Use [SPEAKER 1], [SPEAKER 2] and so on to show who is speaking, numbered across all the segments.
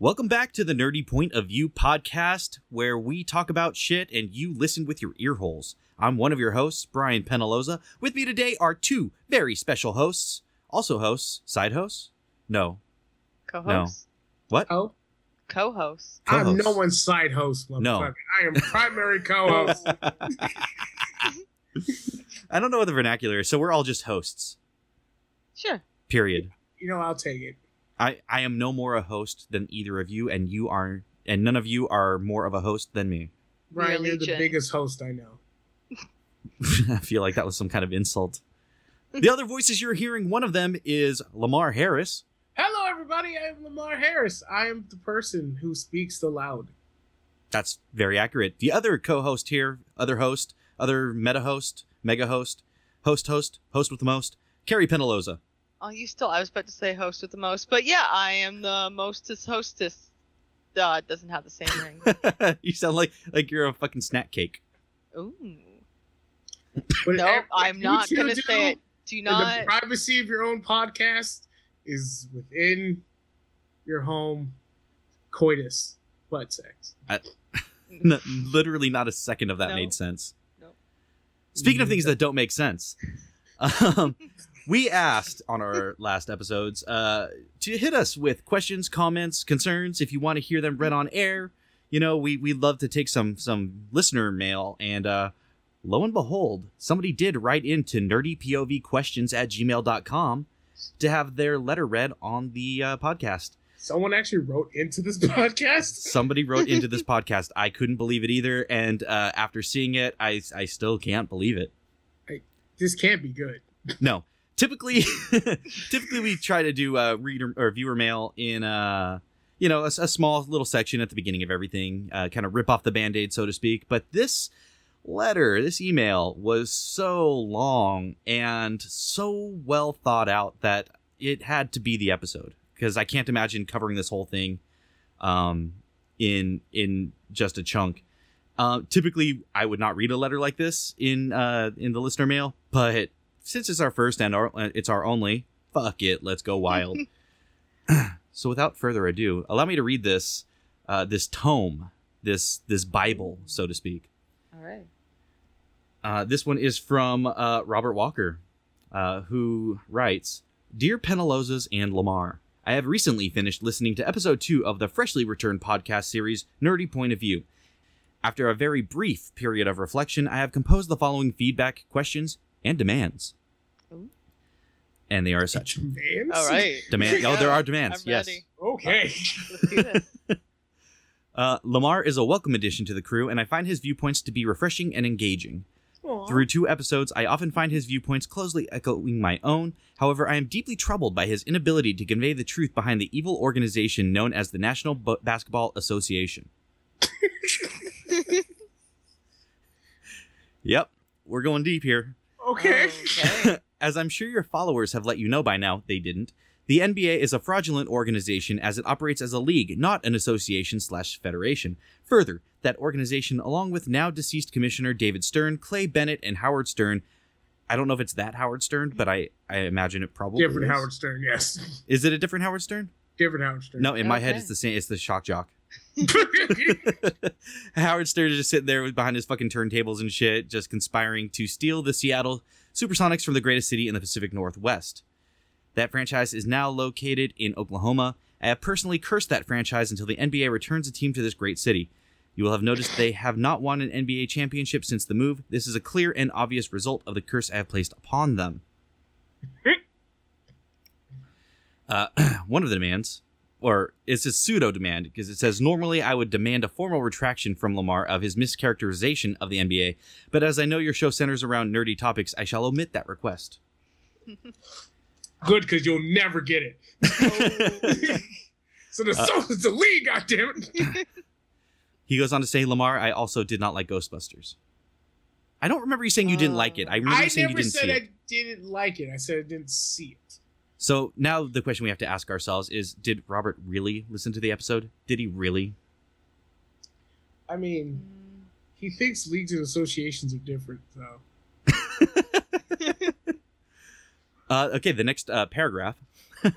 [SPEAKER 1] Welcome back to the Nerdy Point of View podcast, where we talk about shit and you listen with your ear holes. I'm one of your hosts, Brian Penaloza. With me today are two very special hosts. Also hosts, side hosts? No.
[SPEAKER 2] Co-host.
[SPEAKER 1] What?
[SPEAKER 3] Oh,
[SPEAKER 2] Co-host.
[SPEAKER 3] I'm
[SPEAKER 1] Co-host.
[SPEAKER 3] no one's side host. Motherfucker.
[SPEAKER 1] No.
[SPEAKER 3] I am primary co-host.
[SPEAKER 1] I don't know what the vernacular is, so we're all just hosts.
[SPEAKER 2] Sure.
[SPEAKER 1] Period.
[SPEAKER 3] you know, I'll take it.
[SPEAKER 1] I, I am no more a host than either of you, and you are and none of you are more of a host than me.
[SPEAKER 3] Brian, you're the
[SPEAKER 2] legion.
[SPEAKER 3] biggest host I know.
[SPEAKER 1] I feel like that was some kind of insult. The other voices you're hearing, one of them is Lamar Harris.
[SPEAKER 3] Hello, everybody. I am Lamar Harris. I am the person who speaks the loud.
[SPEAKER 1] That's very accurate. The other co-host here, other host, other meta host, mega host, host host, host with the most, Carrie Penaloza.
[SPEAKER 2] Oh, you still. I was about to say host with the most, but yeah, I am the mostest hostess. Uh, it doesn't have the same ring.
[SPEAKER 1] you sound like like you're a fucking snack cake.
[SPEAKER 2] Ooh.
[SPEAKER 3] But
[SPEAKER 2] No,
[SPEAKER 3] ev-
[SPEAKER 2] I'm
[SPEAKER 3] you
[SPEAKER 2] not
[SPEAKER 3] two
[SPEAKER 2] gonna
[SPEAKER 3] do
[SPEAKER 2] say it. Do
[SPEAKER 3] in
[SPEAKER 2] not.
[SPEAKER 3] The privacy of your own podcast is within your home coitus butt sex.
[SPEAKER 1] N- literally not a second of that
[SPEAKER 2] No.
[SPEAKER 1] made sense.
[SPEAKER 2] Nope.
[SPEAKER 1] Speaking of things that don't make sense, um, we asked on our last episodes uh, to hit us with questions, comments, concerns. If you want to hear them
[SPEAKER 2] Mm-hmm.
[SPEAKER 1] read on air, you know we we love to take some some listener mail, and uh, lo and behold, somebody did write into nerdypovquestions at gmail.com to have their letter read on the uh, podcast
[SPEAKER 3] Someone actually wrote into this podcast.
[SPEAKER 1] somebody wrote into this podcast. I couldn't believe it either, and uh, after seeing it, I I still can't believe it.
[SPEAKER 3] This can't be good.
[SPEAKER 1] No, typically, typically we try to do uh, reader or viewer mail in uh you know a, s- a small little section at the beginning of everything, uh, kind of rip off the band aid, so to speak. But this letter, this email was so long and so well thought out that it had to be the episode because I can't imagine covering this whole thing um, in in just a chunk. Uh, typically, I would not read a letter like this in uh, in the listener mail, but since it's our first and our, uh, it's our only, fuck it, let's go wild. so, without further ado, allow me to read this uh, this tome, this this Bible, so to speak.
[SPEAKER 2] All right.
[SPEAKER 1] Uh, this one is from uh, Robert Walker, uh, who writes Dear Penalozas and Lamar, I have recently finished listening to episode two of the freshly returned podcast series, Nerdy Point of View. After a very brief period of reflection, I have composed the following feedback, questions, and demands.
[SPEAKER 2] Ooh.
[SPEAKER 1] And they are as such.
[SPEAKER 3] Demands?
[SPEAKER 2] All right.
[SPEAKER 1] Demand. Oh, there are demands.
[SPEAKER 2] I'm
[SPEAKER 1] yes.
[SPEAKER 2] ready.
[SPEAKER 3] Okay.
[SPEAKER 2] Let's do this.
[SPEAKER 1] Uh, Lamar is a welcome addition to the crew, and I find his viewpoints to be refreshing and engaging.
[SPEAKER 3] Aw.
[SPEAKER 1] Through two episodes, I often find his viewpoints closely echoing my own. However, I am deeply troubled by his inability to convey the truth behind the evil organization known as the National Bo- Basketball Association. yep, we're going deep here.
[SPEAKER 3] Okay.
[SPEAKER 2] Um, Okay.
[SPEAKER 1] As I'm sure your followers have let you know by now, they didn't. The NBA is a fraudulent organization as it operates as a league, not an association slash federation. Further, that organization, along with now deceased Commissioner David Stern, Clay Bennett, and Howard Stern, I don't know if it's that Howard Stern, but I, I imagine it probably
[SPEAKER 3] Different
[SPEAKER 1] is.
[SPEAKER 3] Howard Stern, yes.
[SPEAKER 1] Is it a different Howard Stern?
[SPEAKER 3] Different Howard Stern.
[SPEAKER 1] No, in my head
[SPEAKER 2] Okay.
[SPEAKER 1] it's the same. It's the shock jock. Howard Stern is just sitting there with- behind his fucking turntables and shit, just conspiring to steal the Seattle Supersonics from the greatest city in the Pacific Northwest. That franchise is now located in Oklahoma. I have personally cursed that franchise until the NBA returns a team to this great city. You will have noticed they have not won an NBA championship since the move. This is a clear and obvious result of the curse I have placed upon them. Uh, one of the demands or it's a pseudo demand because it says normally I would demand a formal retraction from Lamar of his mischaracterization of the NBA, but as I know your show centers around nerdy topics, I shall omit that request.
[SPEAKER 3] Good, because you'll never get it.
[SPEAKER 2] Oh.
[SPEAKER 3] So the
[SPEAKER 1] Uh,
[SPEAKER 3] so is the league, goddammit.
[SPEAKER 1] he goes on to say, Lamar, I also did not like Ghostbusters. I don't remember you saying you didn't like it. I remember
[SPEAKER 3] I
[SPEAKER 1] you saying you
[SPEAKER 3] never
[SPEAKER 1] didn't
[SPEAKER 3] said
[SPEAKER 1] see it.
[SPEAKER 3] I didn't like it. I said I didn't see it.
[SPEAKER 1] So now the question we have to ask ourselves is: Did Robert really listen to the episode? Did he really?
[SPEAKER 3] I mean, he thinks leagues and associations are different, though.
[SPEAKER 1] Uh, okay, the next uh, paragraph.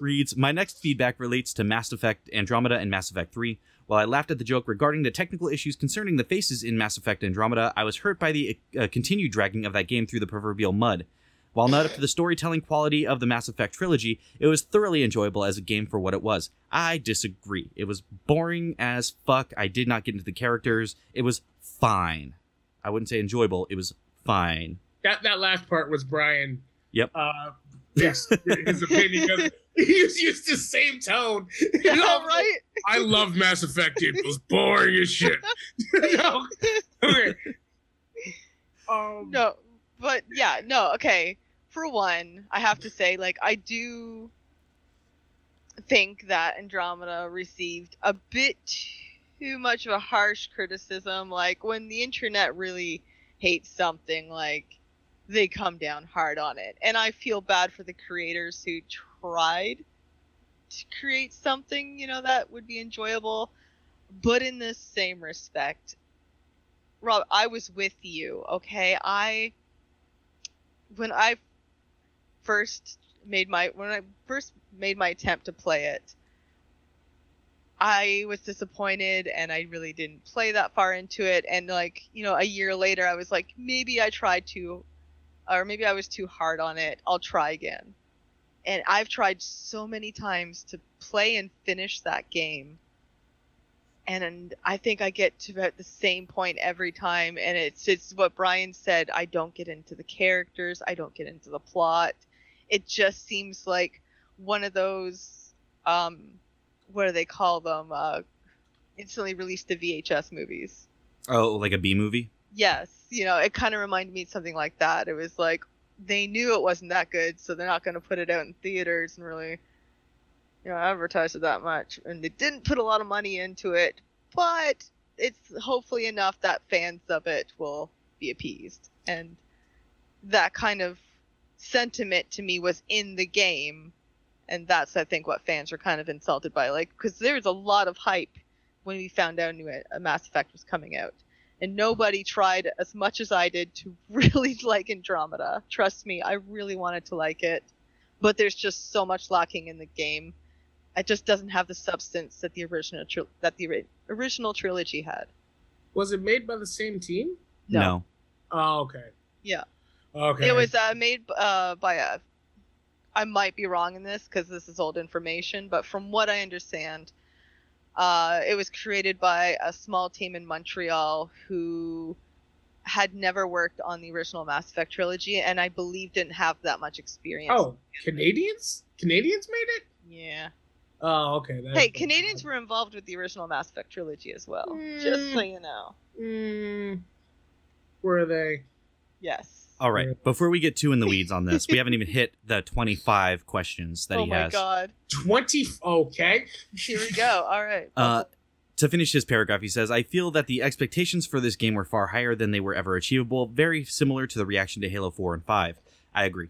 [SPEAKER 1] reads My next feedback relates to Mass Effect Andromeda and Mass Effect 3. While I laughed at the joke regarding the technical issues concerning the faces in Mass Effect Andromeda, I was hurt by the uh, continued dragging of that game through the proverbial mud. While not up to the storytelling quality of the Mass Effect trilogy, it was thoroughly enjoyable as a game for what it was. I disagree. It was boring as fuck. I did not get into the characters. It was fine. I wouldn't say enjoyable. It was fine.
[SPEAKER 3] That that last part was Brian.
[SPEAKER 1] Yep.
[SPEAKER 3] Uh, yes, his opinion. 'cause He just used the same tone. You know,
[SPEAKER 2] All right.
[SPEAKER 3] I love Mass Effect. It was boring as shit. no. Okay. Um,
[SPEAKER 2] No, but yeah, no, okay. For one, I have to say, like, I do think that Andromeda received a bit too much of a harsh criticism. Like, when the internet really hates something, like, they come down hard on it. And I feel bad for the creators who tried to create something, you know, that would be enjoyable. But in this same respect, Rob, I was with you, okay? I when I first made my when I first made my attempt to play it, I was disappointed and I really didn't play that far into it and like, you know, a year later I was like maybe I tried too or maybe I was too hard on it. I'll try again. And I've tried so many times to play and finish that game and I think I get to about the same point every time. And it's it's what Brian said. I don't get into the characters. I don't get into the plot. It just seems like one of those, um, what do they call them? Uh, instantly released to VHS movies.
[SPEAKER 1] Oh, like a B movie?
[SPEAKER 2] Yes, you know, it kind of reminded me of something like that. It was like they knew it wasn't that good, so they're not going to put it out in theaters and really, you know, advertise it that much. And they didn't put a lot of money into it, but it's hopefully enough that fans of it will be appeased. And that kind of sentiment to me was in the game, and that's I think what fans were kind of insulted by, like because there was a lot of hype when we found out new a Mass Effect was coming out and nobody tried as much as I did to really like Andromeda. Trust me, I really wanted to like it, but there's just so much lacking in the game. It just doesn't have the substance that the original tri- that the ori- original trilogy had.
[SPEAKER 3] was it made by the same team?
[SPEAKER 2] No.
[SPEAKER 3] Oh, okay.
[SPEAKER 2] Yeah.
[SPEAKER 3] Okay.
[SPEAKER 2] It was uh, made uh, by a. I might be wrong in this because this is old information, but from what I understand, uh, it was created by a small team in Montreal who had never worked on the original Mass Effect trilogy, and I believe didn't have that much experience.
[SPEAKER 3] Oh, Canadians? Canadians made it?
[SPEAKER 2] yeah.
[SPEAKER 3] Oh, okay. that-
[SPEAKER 2] Hey, Canadians were involved with the original Mass Effect trilogy as well. Just so
[SPEAKER 3] Mm.
[SPEAKER 2] you know.
[SPEAKER 3] Mm, were they?
[SPEAKER 2] Yes.
[SPEAKER 1] All right. Before we get too in the weeds on this, we haven't even hit the 25 questions that
[SPEAKER 2] oh
[SPEAKER 1] he
[SPEAKER 2] my
[SPEAKER 1] has.
[SPEAKER 2] God.
[SPEAKER 3] 20. Okay.
[SPEAKER 2] Here we go. All right.
[SPEAKER 1] Uh, to finish his paragraph, he says, I feel that the expectations for this game were far higher than they were ever achievable, very similar to the reaction to Halo 4 and 5. I agree.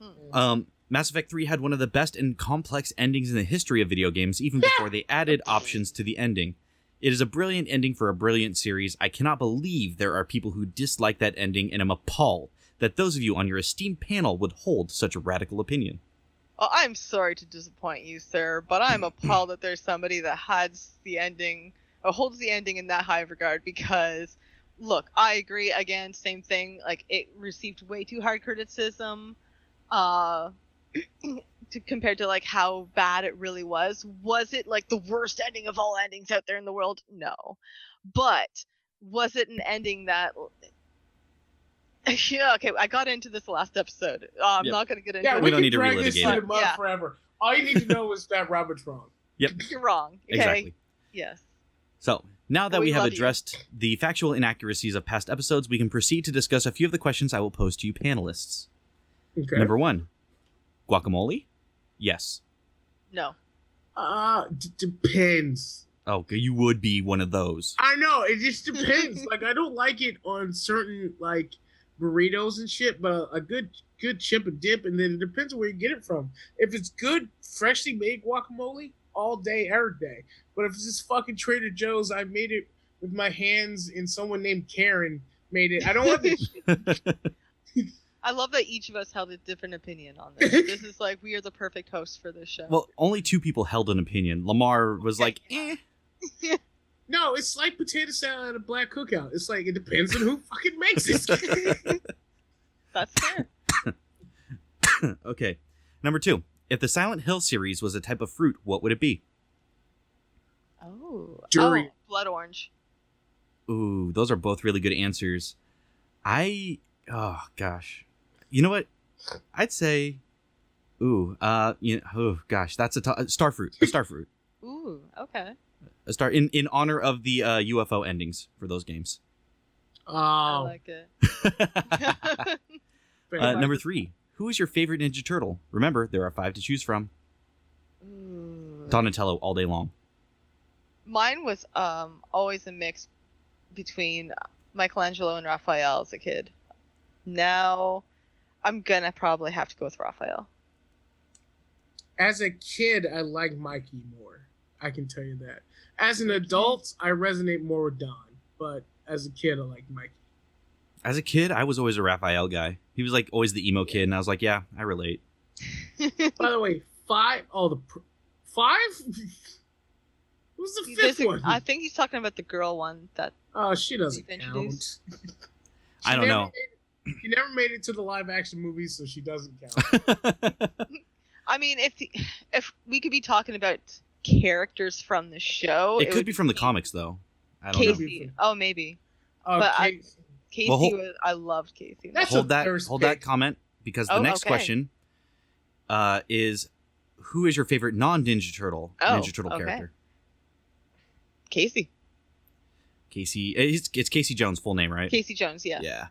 [SPEAKER 2] Hmm.
[SPEAKER 1] Um, Mass Effect 3 had one of the best and complex endings in the history of video games, even before they added options to the ending. It is a brilliant ending for a brilliant series. I cannot believe there are people who dislike that ending, and am appalled that those of you on your esteemed panel would hold such a radical opinion.
[SPEAKER 2] Well, Oh, I'm sorry to disappoint you, sir, but I'm appalled that there's somebody that hides the ending or holds the ending in that high of regard because look, I agree again, same thing. Like it received way too hard criticism, uh to compared to like how bad it really was. Was it like the worst ending of all endings out there in the world? No. But was it an ending that yeah, okay, I got into this last episode. Uh, I'm
[SPEAKER 1] Yep.
[SPEAKER 2] not going to get into
[SPEAKER 3] Yeah,
[SPEAKER 2] it.
[SPEAKER 3] we,
[SPEAKER 1] We don't
[SPEAKER 3] can
[SPEAKER 1] need to
[SPEAKER 3] drag
[SPEAKER 1] relitigate
[SPEAKER 3] this
[SPEAKER 1] it.
[SPEAKER 3] into month
[SPEAKER 2] Yeah.
[SPEAKER 3] forever. All you need to know is that Robert's wrong.
[SPEAKER 2] You're wrong. Okay.
[SPEAKER 1] Exactly.
[SPEAKER 2] Yes.
[SPEAKER 1] So, now that
[SPEAKER 2] We
[SPEAKER 1] we, have
[SPEAKER 2] love you.
[SPEAKER 1] addressed the factual inaccuracies of past episodes, we can proceed to discuss a few of the questions I will pose to you panelists.
[SPEAKER 3] Okay.
[SPEAKER 1] Number one Guacamole? Yes.
[SPEAKER 2] No.
[SPEAKER 3] Uh, d- depends.
[SPEAKER 1] Oh, okay, you would be one of those.
[SPEAKER 3] I know. It just depends. like, I don't like it on certain, like, burritos and shit, but a, a good good chip and dip, and then it depends on where you get it from. If it's good, freshly made guacamole, all day, every day. But if it's just fucking Trader Joe's, I made it with my hands, and someone named Karen made it. I don't want the
[SPEAKER 2] I love that each of us held a different opinion on this. this is like we are the perfect hosts for this show.
[SPEAKER 1] Well, only two people held an opinion. Lamar was like, eh.
[SPEAKER 3] No, it's like potato salad at a black cookout. It's like it depends on who fucking makes it.
[SPEAKER 2] That's fair.
[SPEAKER 1] okay. Number two. If the Silent Hill series was a type of fruit, what would it be?
[SPEAKER 2] Oh.
[SPEAKER 3] Durian.
[SPEAKER 2] Oh, blood orange.
[SPEAKER 1] Ooh, those are both really good answers. I oh gosh, you know what? I'd say, ooh, uh, you oh gosh, that's a t- starfruit, a starfruit,
[SPEAKER 2] Ooh, okay.
[SPEAKER 1] a star in in honor of the uh, UFO endings for those games.
[SPEAKER 2] I
[SPEAKER 3] oh,
[SPEAKER 2] like it.
[SPEAKER 1] uh,
[SPEAKER 3] fair.
[SPEAKER 2] Mark.
[SPEAKER 1] number three, who is your favorite Ninja Turtle? Remember, there are five to choose from.
[SPEAKER 2] Ooh.
[SPEAKER 1] Donatello all day long.
[SPEAKER 2] Mine was um always a mix between Michelangelo and Raphael as a kid. Now I'm gonna probably have to go with Raphael.
[SPEAKER 3] as a kid, I like Mikey more. I can tell you that. As an adult, I resonate more with Don, but as a kid, I like Mikey.
[SPEAKER 1] As a kid, I was always a Raphael guy. He was like always the emo kid, and I was like, yeah, I relate.
[SPEAKER 3] By the way, five. Oh, the pr- five. Who's the
[SPEAKER 2] There's
[SPEAKER 3] fifth
[SPEAKER 2] a-
[SPEAKER 3] one?
[SPEAKER 2] I think he's talking about the girl one that
[SPEAKER 3] oh, she doesn't
[SPEAKER 2] You've
[SPEAKER 3] count.
[SPEAKER 2] introduced-
[SPEAKER 1] I don't know.
[SPEAKER 3] know. She never made it to the live action movie, so she doesn't count.
[SPEAKER 2] I mean if the, if we could be talking about characters from the show
[SPEAKER 1] it could
[SPEAKER 2] would
[SPEAKER 1] be from the comics though. I don't know.
[SPEAKER 3] Case-
[SPEAKER 2] Casey. Oh maybe.
[SPEAKER 3] Oh,
[SPEAKER 2] But I-
[SPEAKER 3] Kate-
[SPEAKER 2] Casey
[SPEAKER 1] Well, hold-
[SPEAKER 2] was I loved Casey.
[SPEAKER 3] That's
[SPEAKER 1] hold
[SPEAKER 3] a
[SPEAKER 1] that
[SPEAKER 3] first
[SPEAKER 1] hold that
[SPEAKER 3] pick.
[SPEAKER 1] comment because the
[SPEAKER 2] Oh,
[SPEAKER 1] next
[SPEAKER 2] okay.
[SPEAKER 1] question uh, is who is your favorite non Ninja Turtle
[SPEAKER 2] Oh,
[SPEAKER 1] Ninja Turtle
[SPEAKER 2] okay.
[SPEAKER 1] character?
[SPEAKER 2] Casey.
[SPEAKER 1] Casey, it's, it's Casey Jones' full name, right?
[SPEAKER 2] Casey Jones, yeah.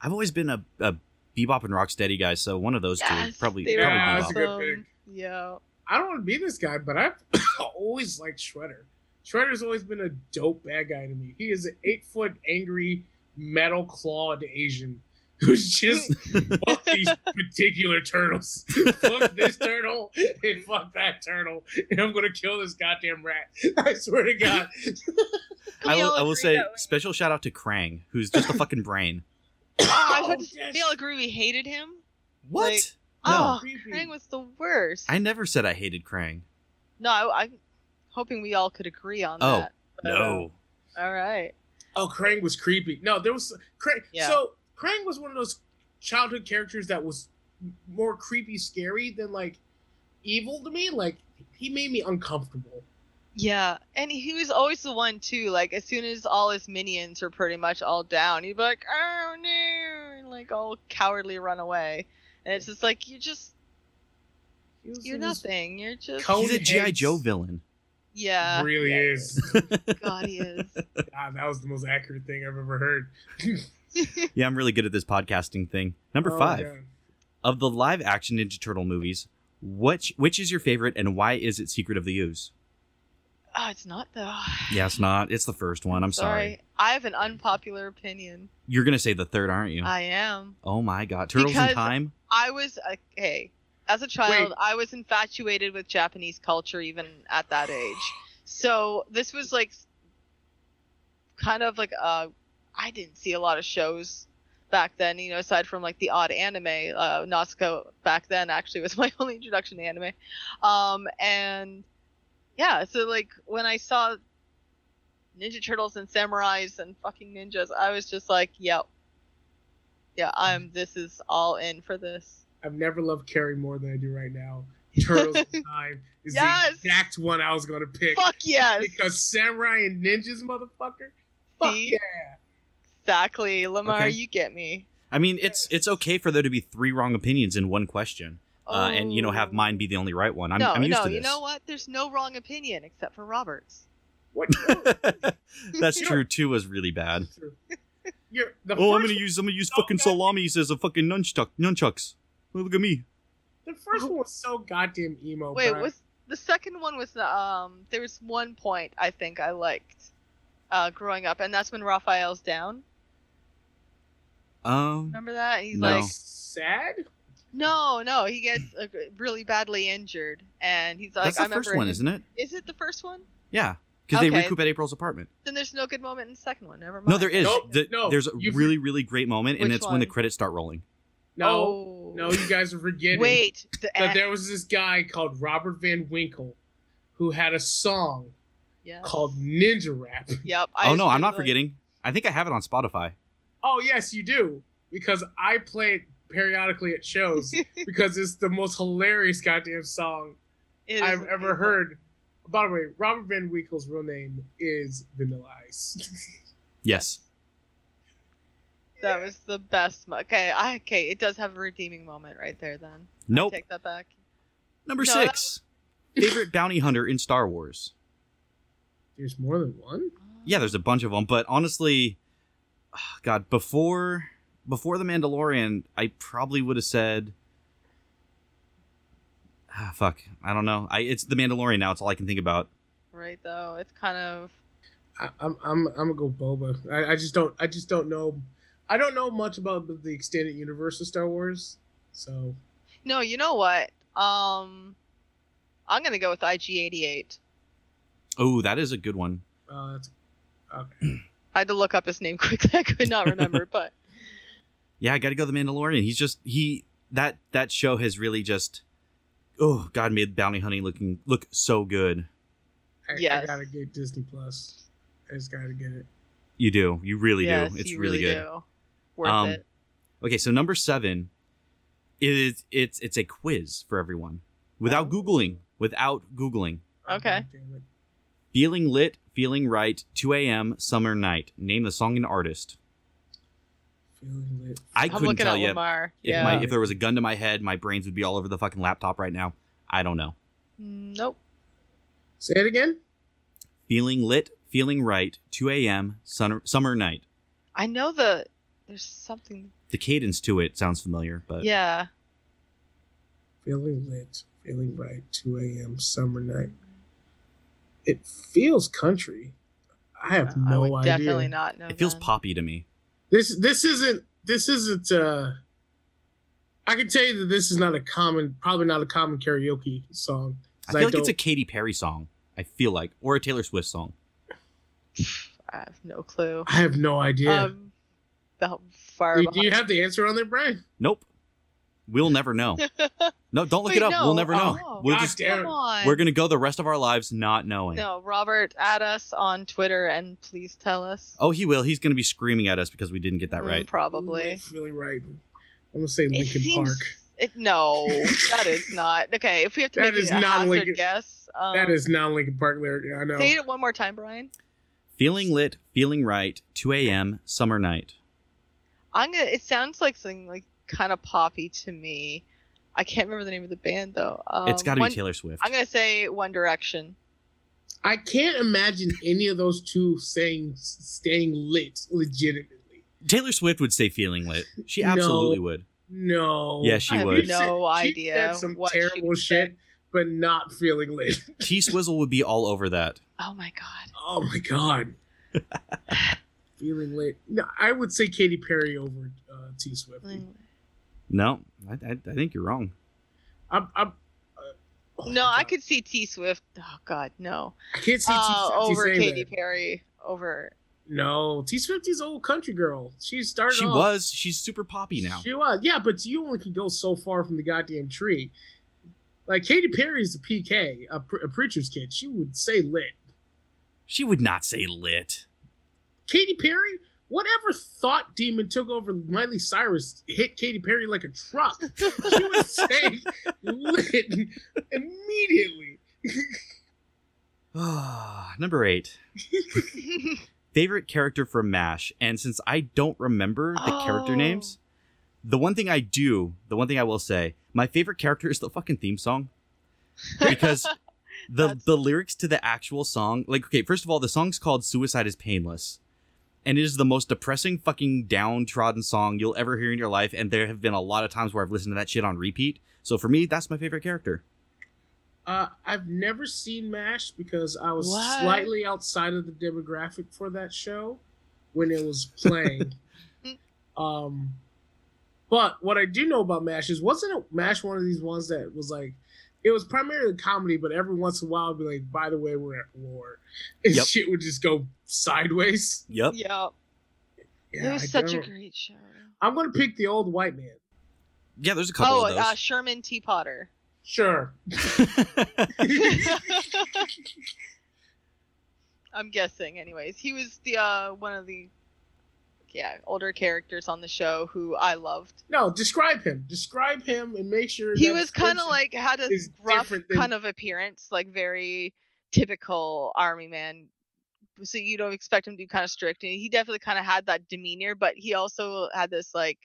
[SPEAKER 1] I've always been a, a Bebop and Rocksteady guy, so one of those
[SPEAKER 2] Yes,
[SPEAKER 1] two probably.
[SPEAKER 2] they
[SPEAKER 1] probably
[SPEAKER 2] were
[SPEAKER 3] Yeah,
[SPEAKER 1] Bebop.
[SPEAKER 3] that's a good
[SPEAKER 2] awesome. Yeah.
[SPEAKER 3] I don't want to be this guy, but I've always liked Shredder. Shredder's always been a dope bad guy to me. He is an eight foot angry metal clawed Asian who's just fuck these particular turtles. fuck this turtle and fuck that turtle, and I'm gonna kill this goddamn rat. I swear to God.
[SPEAKER 2] We
[SPEAKER 1] I will,
[SPEAKER 2] all
[SPEAKER 1] I will
[SPEAKER 2] agree
[SPEAKER 1] say
[SPEAKER 2] that way.
[SPEAKER 1] special shout out to Krang, who's just a fucking brain.
[SPEAKER 2] I was about to
[SPEAKER 3] Oh, yes.
[SPEAKER 2] say, we all agree we hated him.
[SPEAKER 1] What?
[SPEAKER 2] Like-
[SPEAKER 1] No.
[SPEAKER 2] Oh,
[SPEAKER 3] Creepy.
[SPEAKER 2] Krang was the worst.
[SPEAKER 1] I never said I hated Krang.
[SPEAKER 2] No, I, I'm hoping we all could agree on
[SPEAKER 1] Oh,
[SPEAKER 2] that. but,
[SPEAKER 1] No.
[SPEAKER 2] uh, all right.
[SPEAKER 3] Oh, Krang was creepy. No, there was Krang.
[SPEAKER 2] Yeah.
[SPEAKER 3] So Krang was one of those childhood characters that was more creepy, scary than like evil to me. Like he made me uncomfortable.
[SPEAKER 2] Yeah, and he was always the one too. Like as soon as all his minions were pretty much all down, he'd be like, "Oh no!" and like all cowardly run away. And it's just like you're just
[SPEAKER 3] He was
[SPEAKER 2] you're
[SPEAKER 3] in this-
[SPEAKER 2] nothing. You're just
[SPEAKER 3] Cone-
[SPEAKER 1] He's a G.I.
[SPEAKER 3] heads.
[SPEAKER 1] Joe villain.
[SPEAKER 2] yeah.
[SPEAKER 3] really
[SPEAKER 2] uh, yeah,
[SPEAKER 3] is.
[SPEAKER 2] God, he is.
[SPEAKER 3] God, that was the most accurate thing I've ever heard.
[SPEAKER 1] Yeah, I'm really good at this podcasting thing. Number
[SPEAKER 3] Oh,
[SPEAKER 1] five.
[SPEAKER 3] God.
[SPEAKER 1] of the live action Ninja Turtle movies, which which is your favorite and why is it Secret of the Ooze?
[SPEAKER 2] Oh, it's not though.
[SPEAKER 1] Yeah, it's not. It's the first one. I'm sorry.
[SPEAKER 2] I have an unpopular opinion.
[SPEAKER 1] You're gonna say the third, aren't you?
[SPEAKER 2] I am.
[SPEAKER 1] oh my god. Turtles in
[SPEAKER 2] Because-
[SPEAKER 1] Time?
[SPEAKER 2] I was okay. As a child, I was infatuated with Japanese culture even at that age. So this was like kind of like uh I didn't see a lot of shows back then, you know, aside from like the odd anime. Uh Nausicaa back then actually was my only introduction to anime. Um and yeah, so like when I saw Ninja Turtles and Samurais and fucking ninjas, I was just like, yep. Yeah, I'm this is all in for this.
[SPEAKER 3] I've never loved Carrie more than I do right now. Turtles in Time is
[SPEAKER 2] Yes.
[SPEAKER 3] the exact one I was gonna pick
[SPEAKER 2] Fuck yes.
[SPEAKER 3] because samurai and ninjas, motherfucker. Fuck
[SPEAKER 2] See?
[SPEAKER 3] yeah.
[SPEAKER 2] Exactly. Lamar,
[SPEAKER 1] Okay.
[SPEAKER 2] you get me.
[SPEAKER 1] I mean it's it's okay for there to be three wrong opinions in one question. Uh, and you know, have mine be the only right one. I'm,
[SPEAKER 2] Oh. no,
[SPEAKER 1] I'm used
[SPEAKER 2] no,
[SPEAKER 1] to this.
[SPEAKER 2] you know what? There's no wrong opinion except for Roberts.
[SPEAKER 3] What?
[SPEAKER 1] That's
[SPEAKER 3] You
[SPEAKER 1] true. Two was really bad.
[SPEAKER 3] You're, the
[SPEAKER 1] Oh, I'm
[SPEAKER 3] first
[SPEAKER 1] gonna use I'm gonna use
[SPEAKER 3] No,
[SPEAKER 1] fucking
[SPEAKER 3] no.
[SPEAKER 1] salamis as a fucking nunchuck nunchucks. Look at me.
[SPEAKER 3] The first one was so goddamn emo.
[SPEAKER 2] Wait,
[SPEAKER 3] Brian.
[SPEAKER 2] was the second one was the um there was one point I think I liked uh growing up and that's when Raphael's down.
[SPEAKER 1] Um,
[SPEAKER 2] Remember that? And he's
[SPEAKER 1] No.
[SPEAKER 2] like Oh.
[SPEAKER 3] sad?
[SPEAKER 2] No, no, he gets uh, really badly injured and he's like
[SPEAKER 1] that's
[SPEAKER 2] I
[SPEAKER 1] the
[SPEAKER 2] remember
[SPEAKER 1] first one, isn't it?
[SPEAKER 2] Is it the first one?
[SPEAKER 1] Yeah, because they
[SPEAKER 2] Okay.
[SPEAKER 1] recoup at April's apartment.
[SPEAKER 2] Then there's no good moment in the second one. Never mind.
[SPEAKER 1] No, there is.
[SPEAKER 3] Nope,
[SPEAKER 1] The-
[SPEAKER 3] no,
[SPEAKER 1] there's a
[SPEAKER 3] you've-
[SPEAKER 1] really, really great moment, and
[SPEAKER 2] Which
[SPEAKER 1] it's when the
[SPEAKER 2] one?
[SPEAKER 1] credits start rolling.
[SPEAKER 3] No,
[SPEAKER 2] Oh.
[SPEAKER 3] no, you guys are forgetting
[SPEAKER 2] Wait. The,
[SPEAKER 3] that
[SPEAKER 2] a-
[SPEAKER 3] there was this guy called Robert Van Winkle who had a song
[SPEAKER 2] yes.
[SPEAKER 3] called Ninja Rap.
[SPEAKER 2] Yep. I
[SPEAKER 1] Oh
[SPEAKER 2] just
[SPEAKER 1] no, I'm not
[SPEAKER 2] did, like-
[SPEAKER 1] forgetting. I think I have it on Spotify.
[SPEAKER 3] Oh yes, you do because I play it periodically at shows because it's the most hilarious goddamn song
[SPEAKER 2] It
[SPEAKER 3] I've
[SPEAKER 2] is-
[SPEAKER 3] ever heard. By the way, Robert Van Winkle's real name is Vanilla Ice.
[SPEAKER 1] Yes.
[SPEAKER 2] That was the best. mo- Okay, I, okay, it does have a redeeming moment right there. Then
[SPEAKER 1] Nope.
[SPEAKER 2] take that back.
[SPEAKER 1] Number
[SPEAKER 2] No, that-
[SPEAKER 1] six. Favorite bounty hunter in Star Wars.
[SPEAKER 3] There's more than one.
[SPEAKER 1] Yeah, there's a bunch of them, but honestly, ah, God, before before the Mandalorian, I probably would have said, ah, "Fuck, I don't know." I it's the Mandalorian now. It's all I can think about.
[SPEAKER 2] right though. It's kind of
[SPEAKER 3] I, I'm I'm I'm gonna go Boba. I, I just don't I just don't know. I don't know much about the- the extended universe of Star Wars. So
[SPEAKER 2] no. You know what? Um, I'm gonna go with IG88.
[SPEAKER 1] Oh, that is a good one.
[SPEAKER 3] uh, that's-
[SPEAKER 2] I had to look up his name quickly. I could not remember, but
[SPEAKER 1] Yeah, I got to go the Mandalorian. He's just he that that show has really just oh God made bounty hunting looking look so good.
[SPEAKER 3] I, I
[SPEAKER 2] Yes.
[SPEAKER 3] gotta get Disney Plus. I just gotta get it.
[SPEAKER 1] You do, you really
[SPEAKER 2] yes,
[SPEAKER 1] do. It's
[SPEAKER 2] you
[SPEAKER 1] really,
[SPEAKER 2] really,
[SPEAKER 1] good.
[SPEAKER 2] do. Worth
[SPEAKER 1] Um,
[SPEAKER 2] it.
[SPEAKER 1] Okay, so number seven is it's it's a quiz for everyone
[SPEAKER 2] Oh.
[SPEAKER 1] without googling, without googling.
[SPEAKER 3] Oh,
[SPEAKER 2] Okay.
[SPEAKER 3] damn it.
[SPEAKER 1] Feeling lit, feeling right. 2 a.m. summer night. Name the song and artist.
[SPEAKER 3] Feeling lit.
[SPEAKER 1] I
[SPEAKER 2] I'm
[SPEAKER 1] couldn't
[SPEAKER 2] looking
[SPEAKER 1] tell
[SPEAKER 2] at
[SPEAKER 1] you.
[SPEAKER 2] Lamar.
[SPEAKER 1] If
[SPEAKER 2] yeah.
[SPEAKER 1] my if there was a gun to my head, my brains would be all over the fucking laptop right now. I don't know.
[SPEAKER 2] Nope.
[SPEAKER 3] Say it again.
[SPEAKER 1] Feeling lit, feeling right. 2 a.m. Summer summer night.
[SPEAKER 2] I know the. There's something.
[SPEAKER 1] The cadence to it sounds familiar, but
[SPEAKER 2] Yeah.
[SPEAKER 3] Feeling lit. Feeling right. 2 a.m. summer night. It feels country. I have
[SPEAKER 2] I
[SPEAKER 3] no
[SPEAKER 2] would
[SPEAKER 3] idea.
[SPEAKER 2] definitely not know.
[SPEAKER 1] it feels
[SPEAKER 2] then.
[SPEAKER 1] poppy to me.
[SPEAKER 3] This this isn't this isn't uh I can tell you that this is not a common probably not a common karaoke song.
[SPEAKER 1] I
[SPEAKER 3] 'cause
[SPEAKER 1] feel like it's a
[SPEAKER 3] don't-
[SPEAKER 1] Katy Perry song. I feel like, or a Taylor Swift song.
[SPEAKER 2] I have no clue.
[SPEAKER 3] I have no idea.
[SPEAKER 2] Um, about far
[SPEAKER 3] do, do
[SPEAKER 2] behind.
[SPEAKER 3] you have the answer on there, Brian?
[SPEAKER 1] Nope. We'll never know. No, don't look
[SPEAKER 2] Wait,
[SPEAKER 1] it up.
[SPEAKER 2] no.
[SPEAKER 1] We'll never know.
[SPEAKER 2] Oh,
[SPEAKER 1] we'll
[SPEAKER 3] God
[SPEAKER 1] just
[SPEAKER 3] damn it.
[SPEAKER 2] Come on.
[SPEAKER 1] we're gonna go the rest of our lives not knowing.
[SPEAKER 2] No, Robert, add us on Twitter and please tell us.
[SPEAKER 1] Oh, he will. He's gonna be screaming at us because we didn't get that
[SPEAKER 2] Mm,
[SPEAKER 1] right.
[SPEAKER 2] Probably.
[SPEAKER 3] Feeling right. I'm gonna say
[SPEAKER 2] It
[SPEAKER 3] Lincoln
[SPEAKER 2] seems.
[SPEAKER 3] Park.
[SPEAKER 2] It, no, that is not okay. If we have to
[SPEAKER 3] That
[SPEAKER 2] make
[SPEAKER 3] is
[SPEAKER 2] a
[SPEAKER 3] not
[SPEAKER 2] hazard
[SPEAKER 3] Lincoln-
[SPEAKER 2] guess, um,
[SPEAKER 3] That is not Lincoln Park lyric. I know.
[SPEAKER 2] Say it one more time, Brian.
[SPEAKER 1] Feeling lit, feeling right. 2 a.m. summer night.
[SPEAKER 2] I'm gonna. It sounds like something like kind of poppy to me. I can't remember the name of the band though. Um,
[SPEAKER 1] it's got to
[SPEAKER 2] one-
[SPEAKER 1] be Taylor Swift.
[SPEAKER 2] I'm gonna say One Direction.
[SPEAKER 3] I can't imagine any of those two saying staying lit legitimately.
[SPEAKER 1] Taylor Swift would say feeling lit. She
[SPEAKER 3] No.
[SPEAKER 1] absolutely would.
[SPEAKER 3] No.
[SPEAKER 1] Yeah, she
[SPEAKER 2] I have
[SPEAKER 1] would.
[SPEAKER 2] no
[SPEAKER 3] She said-
[SPEAKER 2] idea
[SPEAKER 3] She said some
[SPEAKER 2] what she
[SPEAKER 3] terrible
[SPEAKER 2] would say.
[SPEAKER 3] shit, but not feeling lit.
[SPEAKER 1] T Swizzle would be all over that.
[SPEAKER 2] Oh my god.
[SPEAKER 3] Oh my god. Feeling lit. No, I would say Katy Perry over uh, T Swift.
[SPEAKER 1] No, I, I, I think you're wrong.
[SPEAKER 3] I'm, I'm, uh, oh
[SPEAKER 2] No,
[SPEAKER 3] my
[SPEAKER 2] I
[SPEAKER 3] God.
[SPEAKER 2] could see T Swift. Oh god, no.
[SPEAKER 3] I can't see
[SPEAKER 2] Uh,
[SPEAKER 3] T Swift
[SPEAKER 2] over
[SPEAKER 3] saying
[SPEAKER 2] Katy
[SPEAKER 3] that.
[SPEAKER 2] Perry. Over.
[SPEAKER 3] No, T Swift is an old country girl. She started.
[SPEAKER 1] She
[SPEAKER 3] off-
[SPEAKER 1] was. She's super poppy now.
[SPEAKER 3] She was. Yeah, but you only can go so far from the goddamn tree. Like Katy Perry's a PK, a, pr- a preacher's kid. She would say lit.
[SPEAKER 1] She would not say lit.
[SPEAKER 3] Katy Perry. Whatever thought demon took over Miley Cyrus hit Katy Perry like a truck. She was saying lit immediately.
[SPEAKER 1] Number eight. Favorite character from MASH. And since I don't remember the character
[SPEAKER 2] Oh.
[SPEAKER 1] names, the one thing I do, the one thing I will say, my favorite character is the fucking theme song. Because the
[SPEAKER 2] That's-
[SPEAKER 1] the lyrics to the actual song like okay first of all the song's called suicide is painless and it is the most depressing fucking downtrodden song you'll ever hear in your life and there have been a lot of times where i've listened to that shit on repeat so for me that's my favorite character
[SPEAKER 3] Uh, I've never seen MASH because I was
[SPEAKER 2] What?
[SPEAKER 3] slightly outside of the demographic for that show when it was playing. um, but what I do know about MASH is wasn't it MASH one of these ones that was like it was primarily comedy, but every once in a while it'd be like, by the way, we're at war. And
[SPEAKER 1] Yep.
[SPEAKER 3] shit would just go sideways.
[SPEAKER 1] yep
[SPEAKER 2] yeah,
[SPEAKER 3] Yeah,
[SPEAKER 2] it was
[SPEAKER 3] I
[SPEAKER 2] such a
[SPEAKER 3] don't-
[SPEAKER 2] great show.
[SPEAKER 3] I'm gonna pick the old white man.
[SPEAKER 1] Yeah, there's a couple
[SPEAKER 2] Oh,
[SPEAKER 1] of
[SPEAKER 2] uh,
[SPEAKER 1] those.
[SPEAKER 2] Sherman T. Potter.
[SPEAKER 3] Sure.
[SPEAKER 2] uh, I'm guessing, anyways. He was the uh, one of the yeah older characters on the show who I loved.
[SPEAKER 3] No, describe him. Describe him and make sure
[SPEAKER 2] he
[SPEAKER 3] that
[SPEAKER 2] was kind of
[SPEAKER 3] description-
[SPEAKER 2] like had a
[SPEAKER 3] is
[SPEAKER 2] rough
[SPEAKER 3] different than-
[SPEAKER 2] kind of appearance, like very typical army man. So you don't expect him to be kind of strict, and he definitely kind of had that demeanor, but he also had this like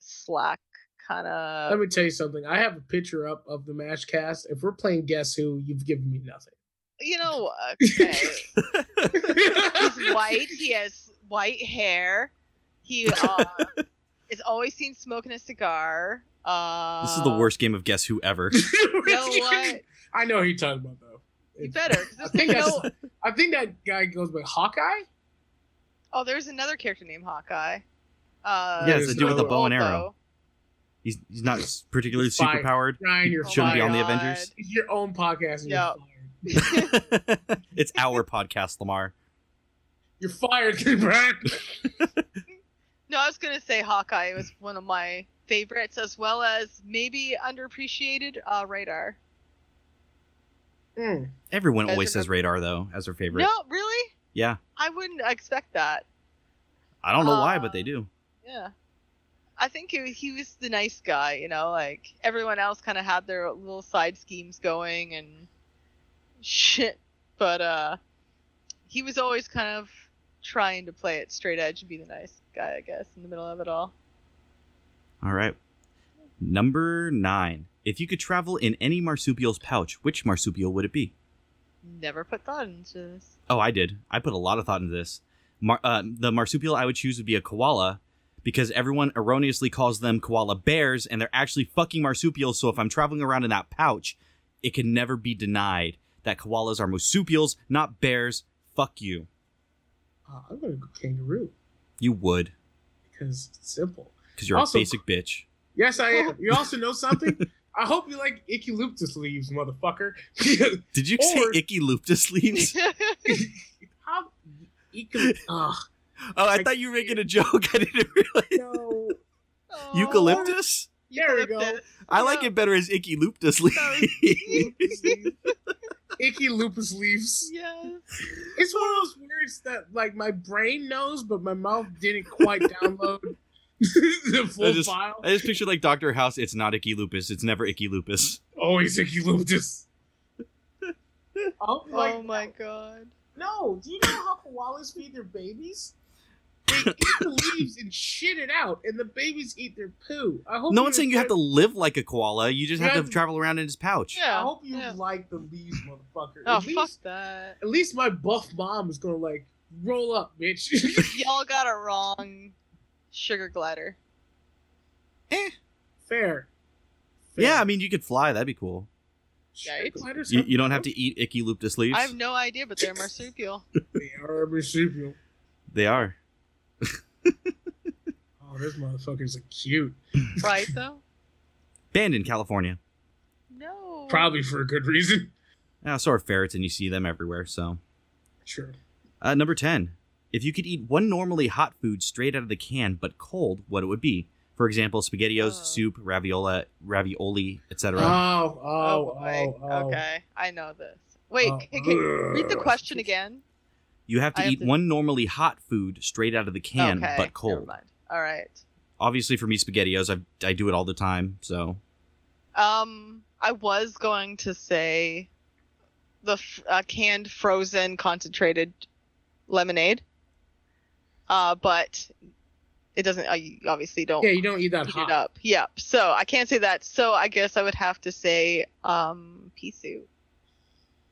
[SPEAKER 2] slack kind
[SPEAKER 3] Let
[SPEAKER 2] of.
[SPEAKER 3] me tell you something. I have a picture up of the match cast. If we're playing Guess Who, you've given me nothing.
[SPEAKER 2] You know, uh, okay. he's white. He has white hair. He uh, is always seen smoking a cigar. Uh,
[SPEAKER 1] this is the worst game of guess who ever.
[SPEAKER 2] You know what?
[SPEAKER 3] I know who you're talking about though.
[SPEAKER 2] You
[SPEAKER 3] It's-
[SPEAKER 2] better. 'cause
[SPEAKER 3] I
[SPEAKER 2] there's
[SPEAKER 3] think
[SPEAKER 2] no,
[SPEAKER 3] that's. I think that guy goes by Hawkeye.
[SPEAKER 2] oh, there's another character named Hawkeye. Uh,
[SPEAKER 1] Yeah, it's
[SPEAKER 3] the dude with the
[SPEAKER 1] bow and
[SPEAKER 2] Volvo.
[SPEAKER 1] arrow. He's, he's not s- particularly
[SPEAKER 3] He's fine.
[SPEAKER 1] super powered.
[SPEAKER 3] Ryan, you're
[SPEAKER 2] Oh
[SPEAKER 1] Shouldn't
[SPEAKER 2] my
[SPEAKER 1] be on the
[SPEAKER 2] God.
[SPEAKER 1] Avengers.
[SPEAKER 3] It's your own podcast. And
[SPEAKER 2] Yeah.
[SPEAKER 3] You're fired.
[SPEAKER 1] it's our podcast, Lamar.
[SPEAKER 3] You're fired, Brian.
[SPEAKER 2] No, I was gonna say Hawkeye was one of my favorites, as well as maybe underappreciated uh, Radar.
[SPEAKER 3] Mm.
[SPEAKER 1] Everyone
[SPEAKER 2] Guys
[SPEAKER 1] always says
[SPEAKER 2] remember-
[SPEAKER 1] Radar though as their favorite.
[SPEAKER 2] No, really,
[SPEAKER 1] Yeah,
[SPEAKER 2] I wouldn't expect that.
[SPEAKER 1] I don't know why,
[SPEAKER 2] Uh,
[SPEAKER 1] but they do.
[SPEAKER 2] Yeah, I think it, he was the nice guy. You know, like everyone else kind of had their little side schemes going and shit, but uh, he was always kind of trying to play it straight edge and be the nice guy, I guess, in the middle of it all.
[SPEAKER 1] All right. Number nine. If you could travel in any marsupial's pouch, which marsupial would it be?
[SPEAKER 2] Never put thought into this.
[SPEAKER 1] Oh, I did. I put a lot of thought into this. Mar- uh, the marsupial I would choose would be a koala because everyone erroneously calls them koala bears, and they're actually fucking marsupials. So if I'm traveling around in that pouch, it can never be denied that koalas are marsupials, not bears. Fuck you.
[SPEAKER 3] Uh, I'm gonna go kangaroo
[SPEAKER 1] You would
[SPEAKER 3] because it's simple.
[SPEAKER 1] because you're
[SPEAKER 3] Also-
[SPEAKER 1] a basic bitch.
[SPEAKER 3] Yes, I am. You also know something? I hope you like Ichaluptus leaves, motherfucker.
[SPEAKER 1] Did you
[SPEAKER 3] Or-
[SPEAKER 1] say icky luptus leaves?
[SPEAKER 3] How? Ichalu- Ugh,
[SPEAKER 1] oh, I thought you were making a joke. I didn't realize.
[SPEAKER 3] no.
[SPEAKER 2] Oh,
[SPEAKER 3] Oh.
[SPEAKER 1] Eucalyptus?
[SPEAKER 3] There we go.
[SPEAKER 1] I like it better as icky luptus leaves.
[SPEAKER 3] Icky lupus leaves.
[SPEAKER 2] Yes.
[SPEAKER 3] It's one of those words that like my brain knows, but my mouth didn't quite download the full
[SPEAKER 1] I just-
[SPEAKER 3] file.
[SPEAKER 1] I just pictured like Doctor House. It's not icky lupus. It's never icky lupus.
[SPEAKER 3] Always icky lupus. Oh, like,
[SPEAKER 2] oh my god.
[SPEAKER 3] No, do you know how koalas feed their babies? They eat the leaves and shit it out, and the babies eat their poo. I hope
[SPEAKER 1] No
[SPEAKER 3] you
[SPEAKER 1] one's saying you have to live like a koala. You just
[SPEAKER 3] You
[SPEAKER 1] have
[SPEAKER 3] have
[SPEAKER 1] to
[SPEAKER 3] to-
[SPEAKER 1] travel around in his pouch.
[SPEAKER 2] Yeah.
[SPEAKER 3] I hope you
[SPEAKER 2] yeah.
[SPEAKER 3] like the leaves, motherfucker.
[SPEAKER 2] Oh
[SPEAKER 3] at, least,
[SPEAKER 2] fuck that.
[SPEAKER 3] at least my buff mom is gonna like roll up, bitch.
[SPEAKER 2] Y'all got it wrong. Sugar glider.
[SPEAKER 3] Fair. Fair.
[SPEAKER 1] Yeah, I mean you could fly. That'd be cool.
[SPEAKER 3] Sure,
[SPEAKER 2] Yikes.
[SPEAKER 3] gliders
[SPEAKER 1] You,
[SPEAKER 3] are-
[SPEAKER 1] you don't have to eat icky lupus leaves.
[SPEAKER 2] I have no idea, but they're marsupial.
[SPEAKER 3] They are marsupial.
[SPEAKER 1] They are.
[SPEAKER 3] Oh, those motherfuckers are cute.
[SPEAKER 2] right though?
[SPEAKER 1] Banned in California.
[SPEAKER 2] No.
[SPEAKER 3] Probably for a good reason.
[SPEAKER 1] Uh, so are ferrets, and you see them everywhere. So,
[SPEAKER 3] Sure.
[SPEAKER 1] uh, number ten. If you could eat one normally hot food straight out of the can but cold, what it would be? For example, spaghettios,
[SPEAKER 2] Oh.
[SPEAKER 1] soup, raviola, ravioli,
[SPEAKER 3] Oh,
[SPEAKER 1] etc.
[SPEAKER 3] oh, oh,
[SPEAKER 2] Oh, boy.
[SPEAKER 3] oh, oh.
[SPEAKER 2] Okay. I know this. Wait,
[SPEAKER 3] Oh.
[SPEAKER 2] can, can read the question again?
[SPEAKER 1] you have to
[SPEAKER 2] I have
[SPEAKER 1] eat
[SPEAKER 2] to-
[SPEAKER 1] one normally hot food straight out of the can
[SPEAKER 2] okay.
[SPEAKER 1] but
[SPEAKER 2] Never
[SPEAKER 1] cold.
[SPEAKER 2] mind. All right.
[SPEAKER 1] Obviously, for me, spaghettios. I I do it all the time. So
[SPEAKER 2] Um, I was going to say the f- uh, canned frozen concentrated lemonade, uh, but it doesn't. Uh, you obviously don't
[SPEAKER 3] Yeah, you don't eat that
[SPEAKER 2] heat
[SPEAKER 3] hot.
[SPEAKER 2] it up. Yeah, so I can't say that. So I guess I would have to say um, pea soup.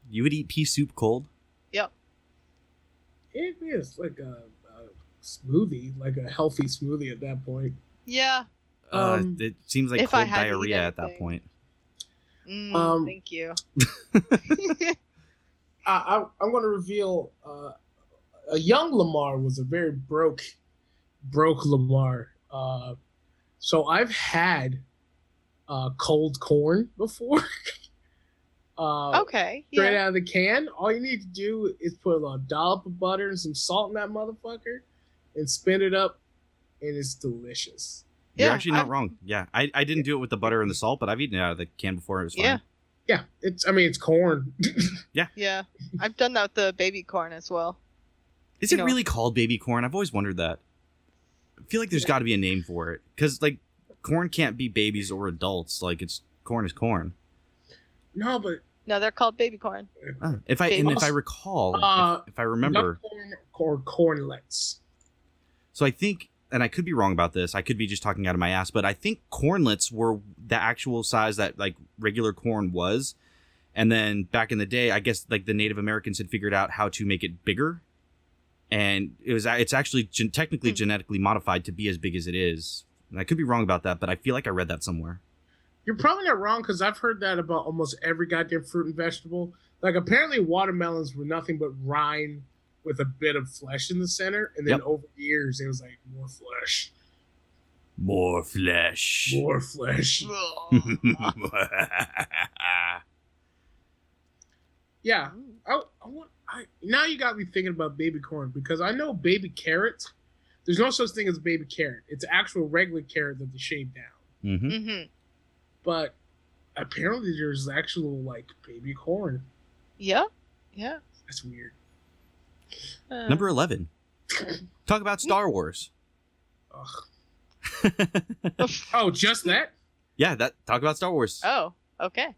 [SPEAKER 1] you would eat pea soup cold.
[SPEAKER 3] It is like a, a smoothie, like a healthy smoothie at that point.
[SPEAKER 2] Yeah.
[SPEAKER 3] Um,
[SPEAKER 1] uh, it seems like
[SPEAKER 2] if I
[SPEAKER 1] cold
[SPEAKER 2] had to eat
[SPEAKER 1] diarrhea at that
[SPEAKER 2] anything.
[SPEAKER 1] point.
[SPEAKER 2] Mm,
[SPEAKER 3] Um,
[SPEAKER 2] thank you.
[SPEAKER 3] I, I, I'm going to reveal uh, a young Lamar was a very broke, broke Lamar. Uh, so I've had uh, cold corn before. uh,
[SPEAKER 2] okay.
[SPEAKER 3] Straight
[SPEAKER 2] Oh, Yeah.
[SPEAKER 3] out of the can. All you need to do is put a little dollop of butter and some salt in that motherfucker and spin it up, and it's delicious.
[SPEAKER 1] You're
[SPEAKER 2] Yeah,
[SPEAKER 1] actually not
[SPEAKER 2] I-
[SPEAKER 1] wrong. Yeah, I, I didn't do it with the butter and the salt, but I've eaten it out of the can before. It was fine.
[SPEAKER 2] Yeah.
[SPEAKER 3] Yeah, it's. I mean, it's corn.
[SPEAKER 2] Yeah, I've done that with the baby corn as well.
[SPEAKER 1] Is it
[SPEAKER 2] No.
[SPEAKER 1] really called baby corn? I've always wondered that. I feel like there's got to be a name for it because like corn can't be babies or adults. Like it's corn is corn.
[SPEAKER 3] no, but
[SPEAKER 2] No, they're called baby corn.
[SPEAKER 1] Uh, if I and if I
[SPEAKER 3] Babies.
[SPEAKER 1] recall, if-
[SPEAKER 3] Uh,
[SPEAKER 1] if, I remember,
[SPEAKER 3] nut corn or cornlets.
[SPEAKER 1] so I think, and I could be wrong about this. I could be just talking out of my ass, but I think cornlets were the actual size that like regular corn was, and then back in the day, I guess like the Native Americans had figured out how to make it bigger, and it was it's actually gen- technically
[SPEAKER 2] Hmm.
[SPEAKER 1] genetically modified to be as big as it is. And I could be wrong about that, but I feel like I read that somewhere.
[SPEAKER 3] You're probably not wrong because I've heard that about almost every goddamn fruit and vegetable. Like apparently watermelons were nothing but rind with a bit of flesh in the center, and then
[SPEAKER 1] Yep.
[SPEAKER 3] over the years it was like more flesh,
[SPEAKER 1] More flesh.
[SPEAKER 3] more flesh.
[SPEAKER 2] Mm-hmm.
[SPEAKER 3] Yeah, I, I want. I now you got me thinking about baby corn because I know baby carrots. There's no such thing as baby carrot. It's actual regular carrot that they shave down.
[SPEAKER 1] hmm
[SPEAKER 2] hmm
[SPEAKER 3] But apparently there's actual like baby corn.
[SPEAKER 2] Yeah, yeah.
[SPEAKER 3] That's weird.
[SPEAKER 2] Uh,
[SPEAKER 1] Number 11. Talk about Star Wars.
[SPEAKER 3] Ugh. oh, just that.
[SPEAKER 1] Yeah, that talk about Star Wars.
[SPEAKER 2] Oh, okay.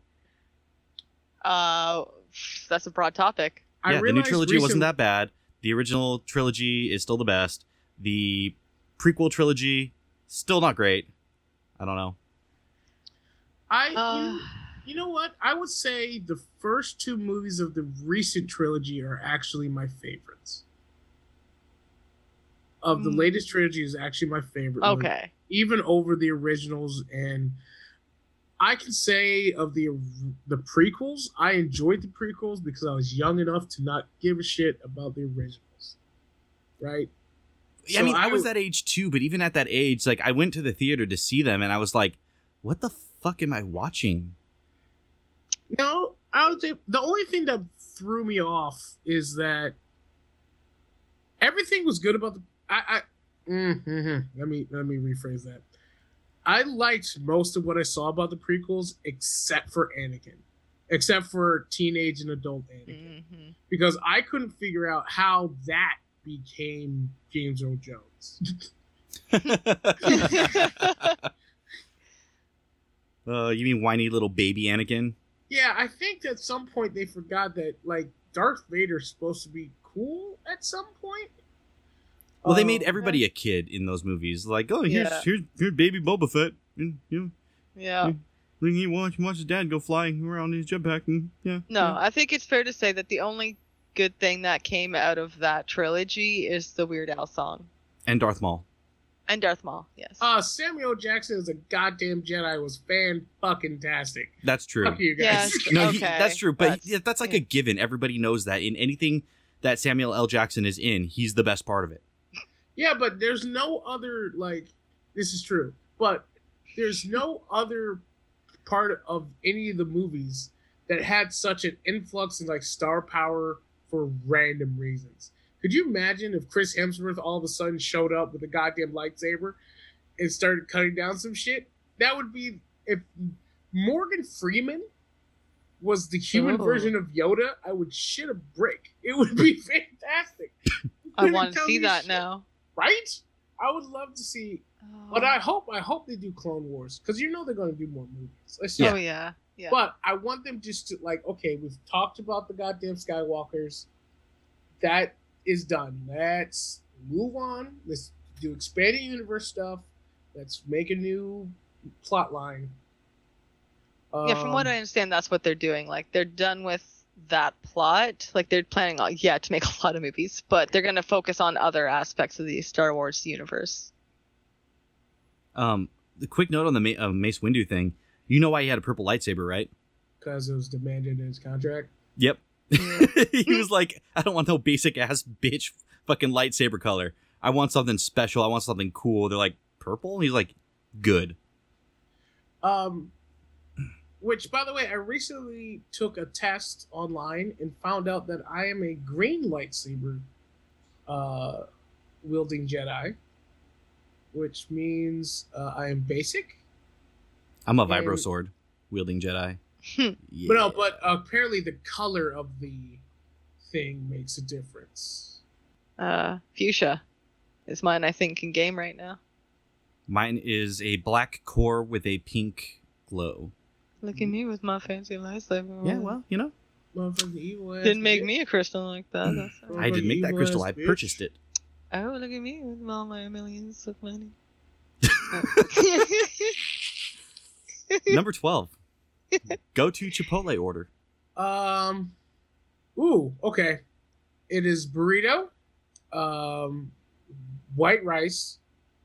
[SPEAKER 2] Uh, that's a broad topic.
[SPEAKER 1] yeah, the new
[SPEAKER 3] realized
[SPEAKER 1] trilogy wasn't
[SPEAKER 3] recently-
[SPEAKER 1] that bad. The original trilogy is still the best. The prequel trilogy still not great. I don't know.
[SPEAKER 3] I
[SPEAKER 2] Uh,
[SPEAKER 3] you, you know what? I would say the first two movies of the recent trilogy are actually my favorites. Of the
[SPEAKER 2] Mm.
[SPEAKER 3] latest trilogy is actually my favorite. one,
[SPEAKER 2] Uh, okay.
[SPEAKER 3] even over the originals and I can say of the the prequels, I enjoyed the prequels because I was young enough to not give a shit about the originals. Right?
[SPEAKER 1] Yeah, I
[SPEAKER 3] So
[SPEAKER 1] mean, I,
[SPEAKER 3] I
[SPEAKER 1] was
[SPEAKER 3] w-
[SPEAKER 1] that age too, but even at that age, like I went to the theater to see them and I was like, what the fuck am I watching?
[SPEAKER 3] No, I would say the only thing that threw me off is that everything was good about the. I, I mm, mhm. let me let me rephrase that. I liked most of what I saw about the prequels, except for Anakin, except for teenage and adult Anakin,
[SPEAKER 2] hmm
[SPEAKER 3] because I couldn't figure out how that became James Earl Jones.
[SPEAKER 1] uh, you mean whiny little baby Anakin?
[SPEAKER 3] yeah, I think at some point they forgot that like Darth Vader's supposed to be cool at some point.
[SPEAKER 1] Well, they
[SPEAKER 3] Um,
[SPEAKER 1] made everybody a kid in those movies. Like, oh, here's
[SPEAKER 2] Yeah.
[SPEAKER 1] here's, here's baby Boba Fett. And, you know,
[SPEAKER 2] Yeah.
[SPEAKER 1] when he watch watch his dad go flying around in his jetpack. And, yeah.
[SPEAKER 2] No, I think it's fair to say that the only good thing that came out of that trilogy is the Weird Al song
[SPEAKER 1] And Darth Maul.
[SPEAKER 2] and Darth Maul. Yes.
[SPEAKER 3] Uh, Samuel Jackson as a goddamn Jedi was fan fucking tastic.
[SPEAKER 1] That's true.
[SPEAKER 3] Fuck you
[SPEAKER 2] Yeah,
[SPEAKER 3] guys.
[SPEAKER 1] No, he,
[SPEAKER 2] Okay,
[SPEAKER 1] that's true. But
[SPEAKER 2] that's-
[SPEAKER 1] he- yeah, that's like a given. Everybody knows that. In anything that Samuel L. Jackson is in, he's the best part of it.
[SPEAKER 3] yeah, but there's no other like this is true, but there's no other part of any of the movies that had such an influx in like star power for random reasons. Could you imagine if Chris Hemsworth all of a sudden showed up with a goddamn lightsaber and started cutting down some shit? That would be if Morgan Freeman was the human
[SPEAKER 2] Oh.
[SPEAKER 3] version of Yoda, I would shit a brick. It would be fantastic. You
[SPEAKER 2] I
[SPEAKER 3] couldn't
[SPEAKER 2] want to
[SPEAKER 3] tell
[SPEAKER 2] see
[SPEAKER 3] me
[SPEAKER 2] that
[SPEAKER 3] shit, Oh.
[SPEAKER 2] now.
[SPEAKER 3] Right? I would love to see but I hope I hope they do Clone Wars because you know they're going to do more movies. Let's
[SPEAKER 2] Oh
[SPEAKER 3] yeah.
[SPEAKER 2] yeah. Yeah.
[SPEAKER 3] But I want them just to like okay, we've talked about the goddamn Skywalkers. That is done. Let's move on. Let's do expanded universe stuff. Let's make a new plot line. Um,
[SPEAKER 2] Yeah, from what I understand, that's what they're doing. Like they're done with that plot. Like they're planning on yeah to make a lot of movies, but they're gonna focus on other aspects of the Star Wars universe.
[SPEAKER 1] Um, the quick note on the Ma- uh, Mace Windu thing. You know why he had a purple lightsaber, right?
[SPEAKER 3] because it was demanded in his contract.
[SPEAKER 1] Yep. he was like, I don't want no basic ass bitch fucking lightsaber color. I want something special. I want something cool. They're like, purple? He's like, good.
[SPEAKER 3] Um, which, by the way, I recently took a test online and found out that I am a green lightsaber uh, wielding Jedi. which means uh, I am basic.
[SPEAKER 1] I'm a
[SPEAKER 3] And-
[SPEAKER 1] vibro sword wielding Jedi.
[SPEAKER 2] Hmm.
[SPEAKER 1] Yeah.
[SPEAKER 3] But no, but apparently the color of the thing makes a difference.
[SPEAKER 2] Uh, fuchsia is mine, I think, in game right now.
[SPEAKER 1] mine is a black core with a pink glow.
[SPEAKER 2] Look at me with my fancy lightsaber.
[SPEAKER 1] Yeah, well, you know,
[SPEAKER 3] Motherfucking evil ass
[SPEAKER 2] didn't make
[SPEAKER 3] bitch.
[SPEAKER 2] me a crystal like that. That's all
[SPEAKER 1] Hmm. I
[SPEAKER 2] right.
[SPEAKER 3] Motherfucking
[SPEAKER 1] didn't make that
[SPEAKER 3] evil
[SPEAKER 1] crystal.
[SPEAKER 3] ass
[SPEAKER 1] I
[SPEAKER 3] bitch.
[SPEAKER 1] purchased it.
[SPEAKER 2] Oh, look at me with all my millions of money.
[SPEAKER 1] Number twelve. Go to Chipotle order.
[SPEAKER 3] Um, ooh, okay. It is burrito, um, white rice,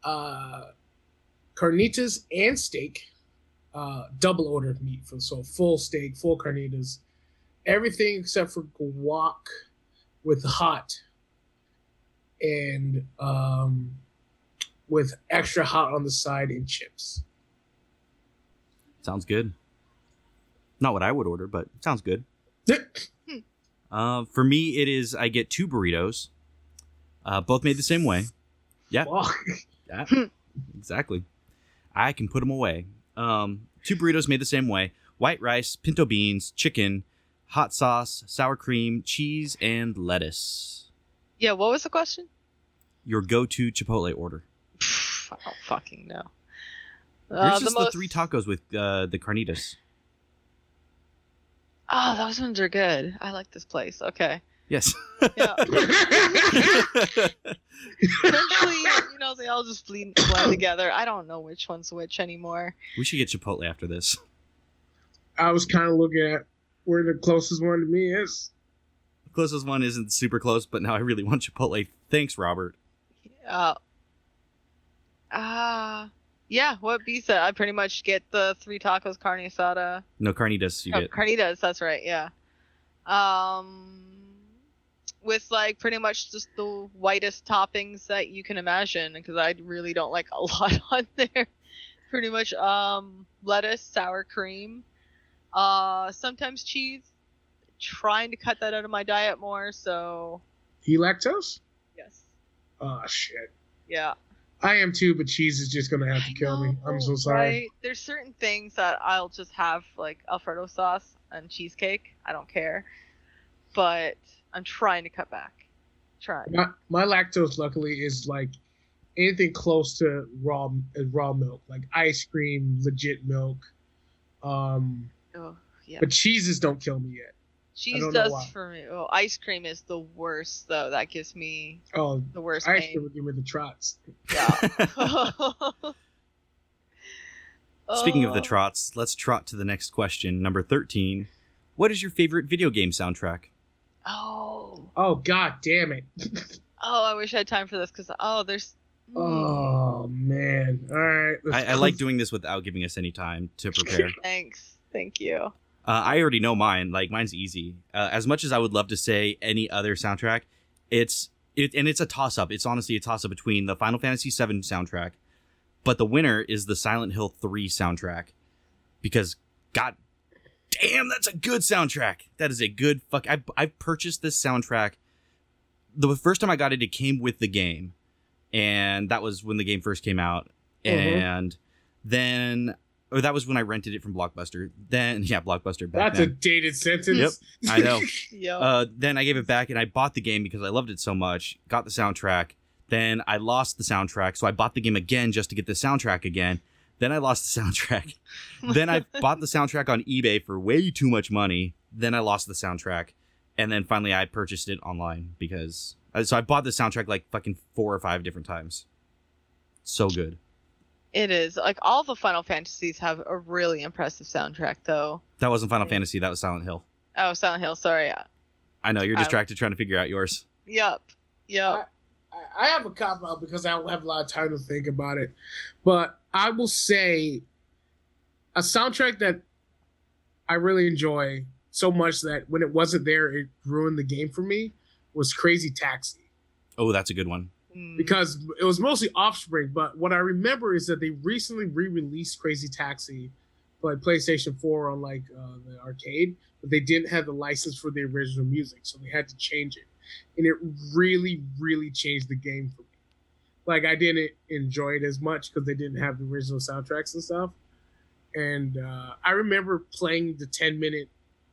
[SPEAKER 3] uh, carnitas and steak, uh, double order of meat. For, so full steak, full carnitas, everything except for guac with hot and um, with extra hot on the side and chips.
[SPEAKER 1] Sounds good. Not what I would order, but sounds good. Uh, for me, it is I get two burritos, uh, both made the same way.
[SPEAKER 3] Fuck.
[SPEAKER 1] Yeah, exactly. I can put them away. Um, two burritos made the same way: white rice, pinto beans, chicken, hot sauce, sour cream, cheese, and lettuce.
[SPEAKER 2] yeah, what was the question?
[SPEAKER 1] Your go-to Chipotle order.
[SPEAKER 2] Pff, I don't fucking know.
[SPEAKER 1] Yours
[SPEAKER 2] Uh,
[SPEAKER 1] is
[SPEAKER 2] the,
[SPEAKER 1] the,
[SPEAKER 2] most...
[SPEAKER 1] three tacos with uh, the carnitas.
[SPEAKER 2] Oh, those ones are good. I like this place. Okay.
[SPEAKER 1] Yes.
[SPEAKER 2] Yeah. Eventually, you know, they all just bleed blend together. I don't know which one's which anymore.
[SPEAKER 1] we should get Chipotle after this.
[SPEAKER 3] I was kind of looking at where the closest one to me is.
[SPEAKER 1] The closest one isn't super close, but now I really want Chipotle. Thanks, Robert.
[SPEAKER 2] Uh, uh, yeah, what B said. I pretty much get the three tacos, carne asada.
[SPEAKER 1] No carnitas. You
[SPEAKER 2] Oh,
[SPEAKER 1] get
[SPEAKER 2] carnitas, that's right, yeah. Um, with like pretty much just the whitest toppings that you can imagine, because I really don't like a lot on there. pretty much um, lettuce, sour cream, uh, sometimes cheese. Trying to cut that out of my diet more, so
[SPEAKER 3] You lactose?
[SPEAKER 2] yes,
[SPEAKER 3] Oh shit.
[SPEAKER 2] yeah.
[SPEAKER 3] I am too, but cheese is just gonna have to
[SPEAKER 2] I
[SPEAKER 3] kill me.
[SPEAKER 2] know,
[SPEAKER 3] I'm so sorry.
[SPEAKER 2] right? There's certain things that I'll just have like Alfredo sauce and cheesecake. I don't care, but I'm trying to cut back. Trying.
[SPEAKER 3] My, my lactose, luckily, is like anything close to raw uh, raw milk, like ice cream, legit milk. Um,
[SPEAKER 2] Oh yeah.
[SPEAKER 3] but cheeses don't kill me yet.
[SPEAKER 2] Cheese
[SPEAKER 3] don't know
[SPEAKER 2] does
[SPEAKER 3] why.
[SPEAKER 2] for me. Oh, ice cream is the worst though. That gives me
[SPEAKER 3] Oh,
[SPEAKER 2] the worst
[SPEAKER 3] ice
[SPEAKER 2] pain.
[SPEAKER 3] cream would give me the trots.
[SPEAKER 1] Speaking of the
[SPEAKER 2] Oh.
[SPEAKER 1] trots, let's trot to the next question, number 13. What is your favorite video game soundtrack?
[SPEAKER 2] Oh.
[SPEAKER 3] Oh god damn it.
[SPEAKER 2] Oh, I wish I had time for this because oh, there's. Hmm.
[SPEAKER 3] oh man. All right. let's
[SPEAKER 1] I, I like doing this without giving us any time to prepare.
[SPEAKER 2] Thanks. Thank you.
[SPEAKER 1] Uh, I already know mine. Like mine's easy. Uh, as much as I would love to say any other soundtrack, it's it and it's a toss up. It's honestly a toss up between the Final Fantasy VII soundtrack, but the winner is the Silent Hill Three soundtrack, because God damn, that's a good soundtrack. That is a good fuck. I I purchased this soundtrack. The first time I got it, it came with the game, and that was when the game first came out.
[SPEAKER 3] Mhm.
[SPEAKER 1] And then or Oh, that was when I rented it from Blockbuster. Then yeah, Blockbuster back
[SPEAKER 3] That's a
[SPEAKER 1] then.
[SPEAKER 3] dated sentence.
[SPEAKER 1] Yep, I know.
[SPEAKER 2] Yo.
[SPEAKER 1] Uh, then I gave it back and I bought the game because I loved it so much. Got the soundtrack. Then I lost the soundtrack, so I bought the game again just to get the soundtrack again. Then I lost the soundtrack. then I bought the soundtrack on eBay for way too much money. Then I lost the soundtrack, and then finally I purchased it online because uh, so I bought the soundtrack like fucking four or five different times. So good.
[SPEAKER 2] It is. Like all the Final Fantasies have a really impressive soundtrack though.
[SPEAKER 1] That wasn't Final Fantasy. That was Silent Hill.
[SPEAKER 2] Oh, Silent Hill, sorry.
[SPEAKER 1] I know you're
[SPEAKER 2] I-
[SPEAKER 1] distracted trying to figure out yours.
[SPEAKER 2] Yep. Yep.
[SPEAKER 3] I- I have a cop out because I don't have a lot of time to think about it. But I will say a soundtrack that I really enjoy so much that when it wasn't there, it ruined the game for me was Crazy Taxi
[SPEAKER 1] Oh, that's a good one.
[SPEAKER 2] Mm.
[SPEAKER 3] Uh, because it was mostly Offspring. But what I remember is that they recently re released Crazy Taxi for like PlayStation 4 on like uh, the arcade, but they didn't have the license for the original music, so they had to change it. And it really, really changed the game for me. like I didn't enjoy it as much because they didn't have the original soundtracks and stuff. And uh, I remember playing the ten minute,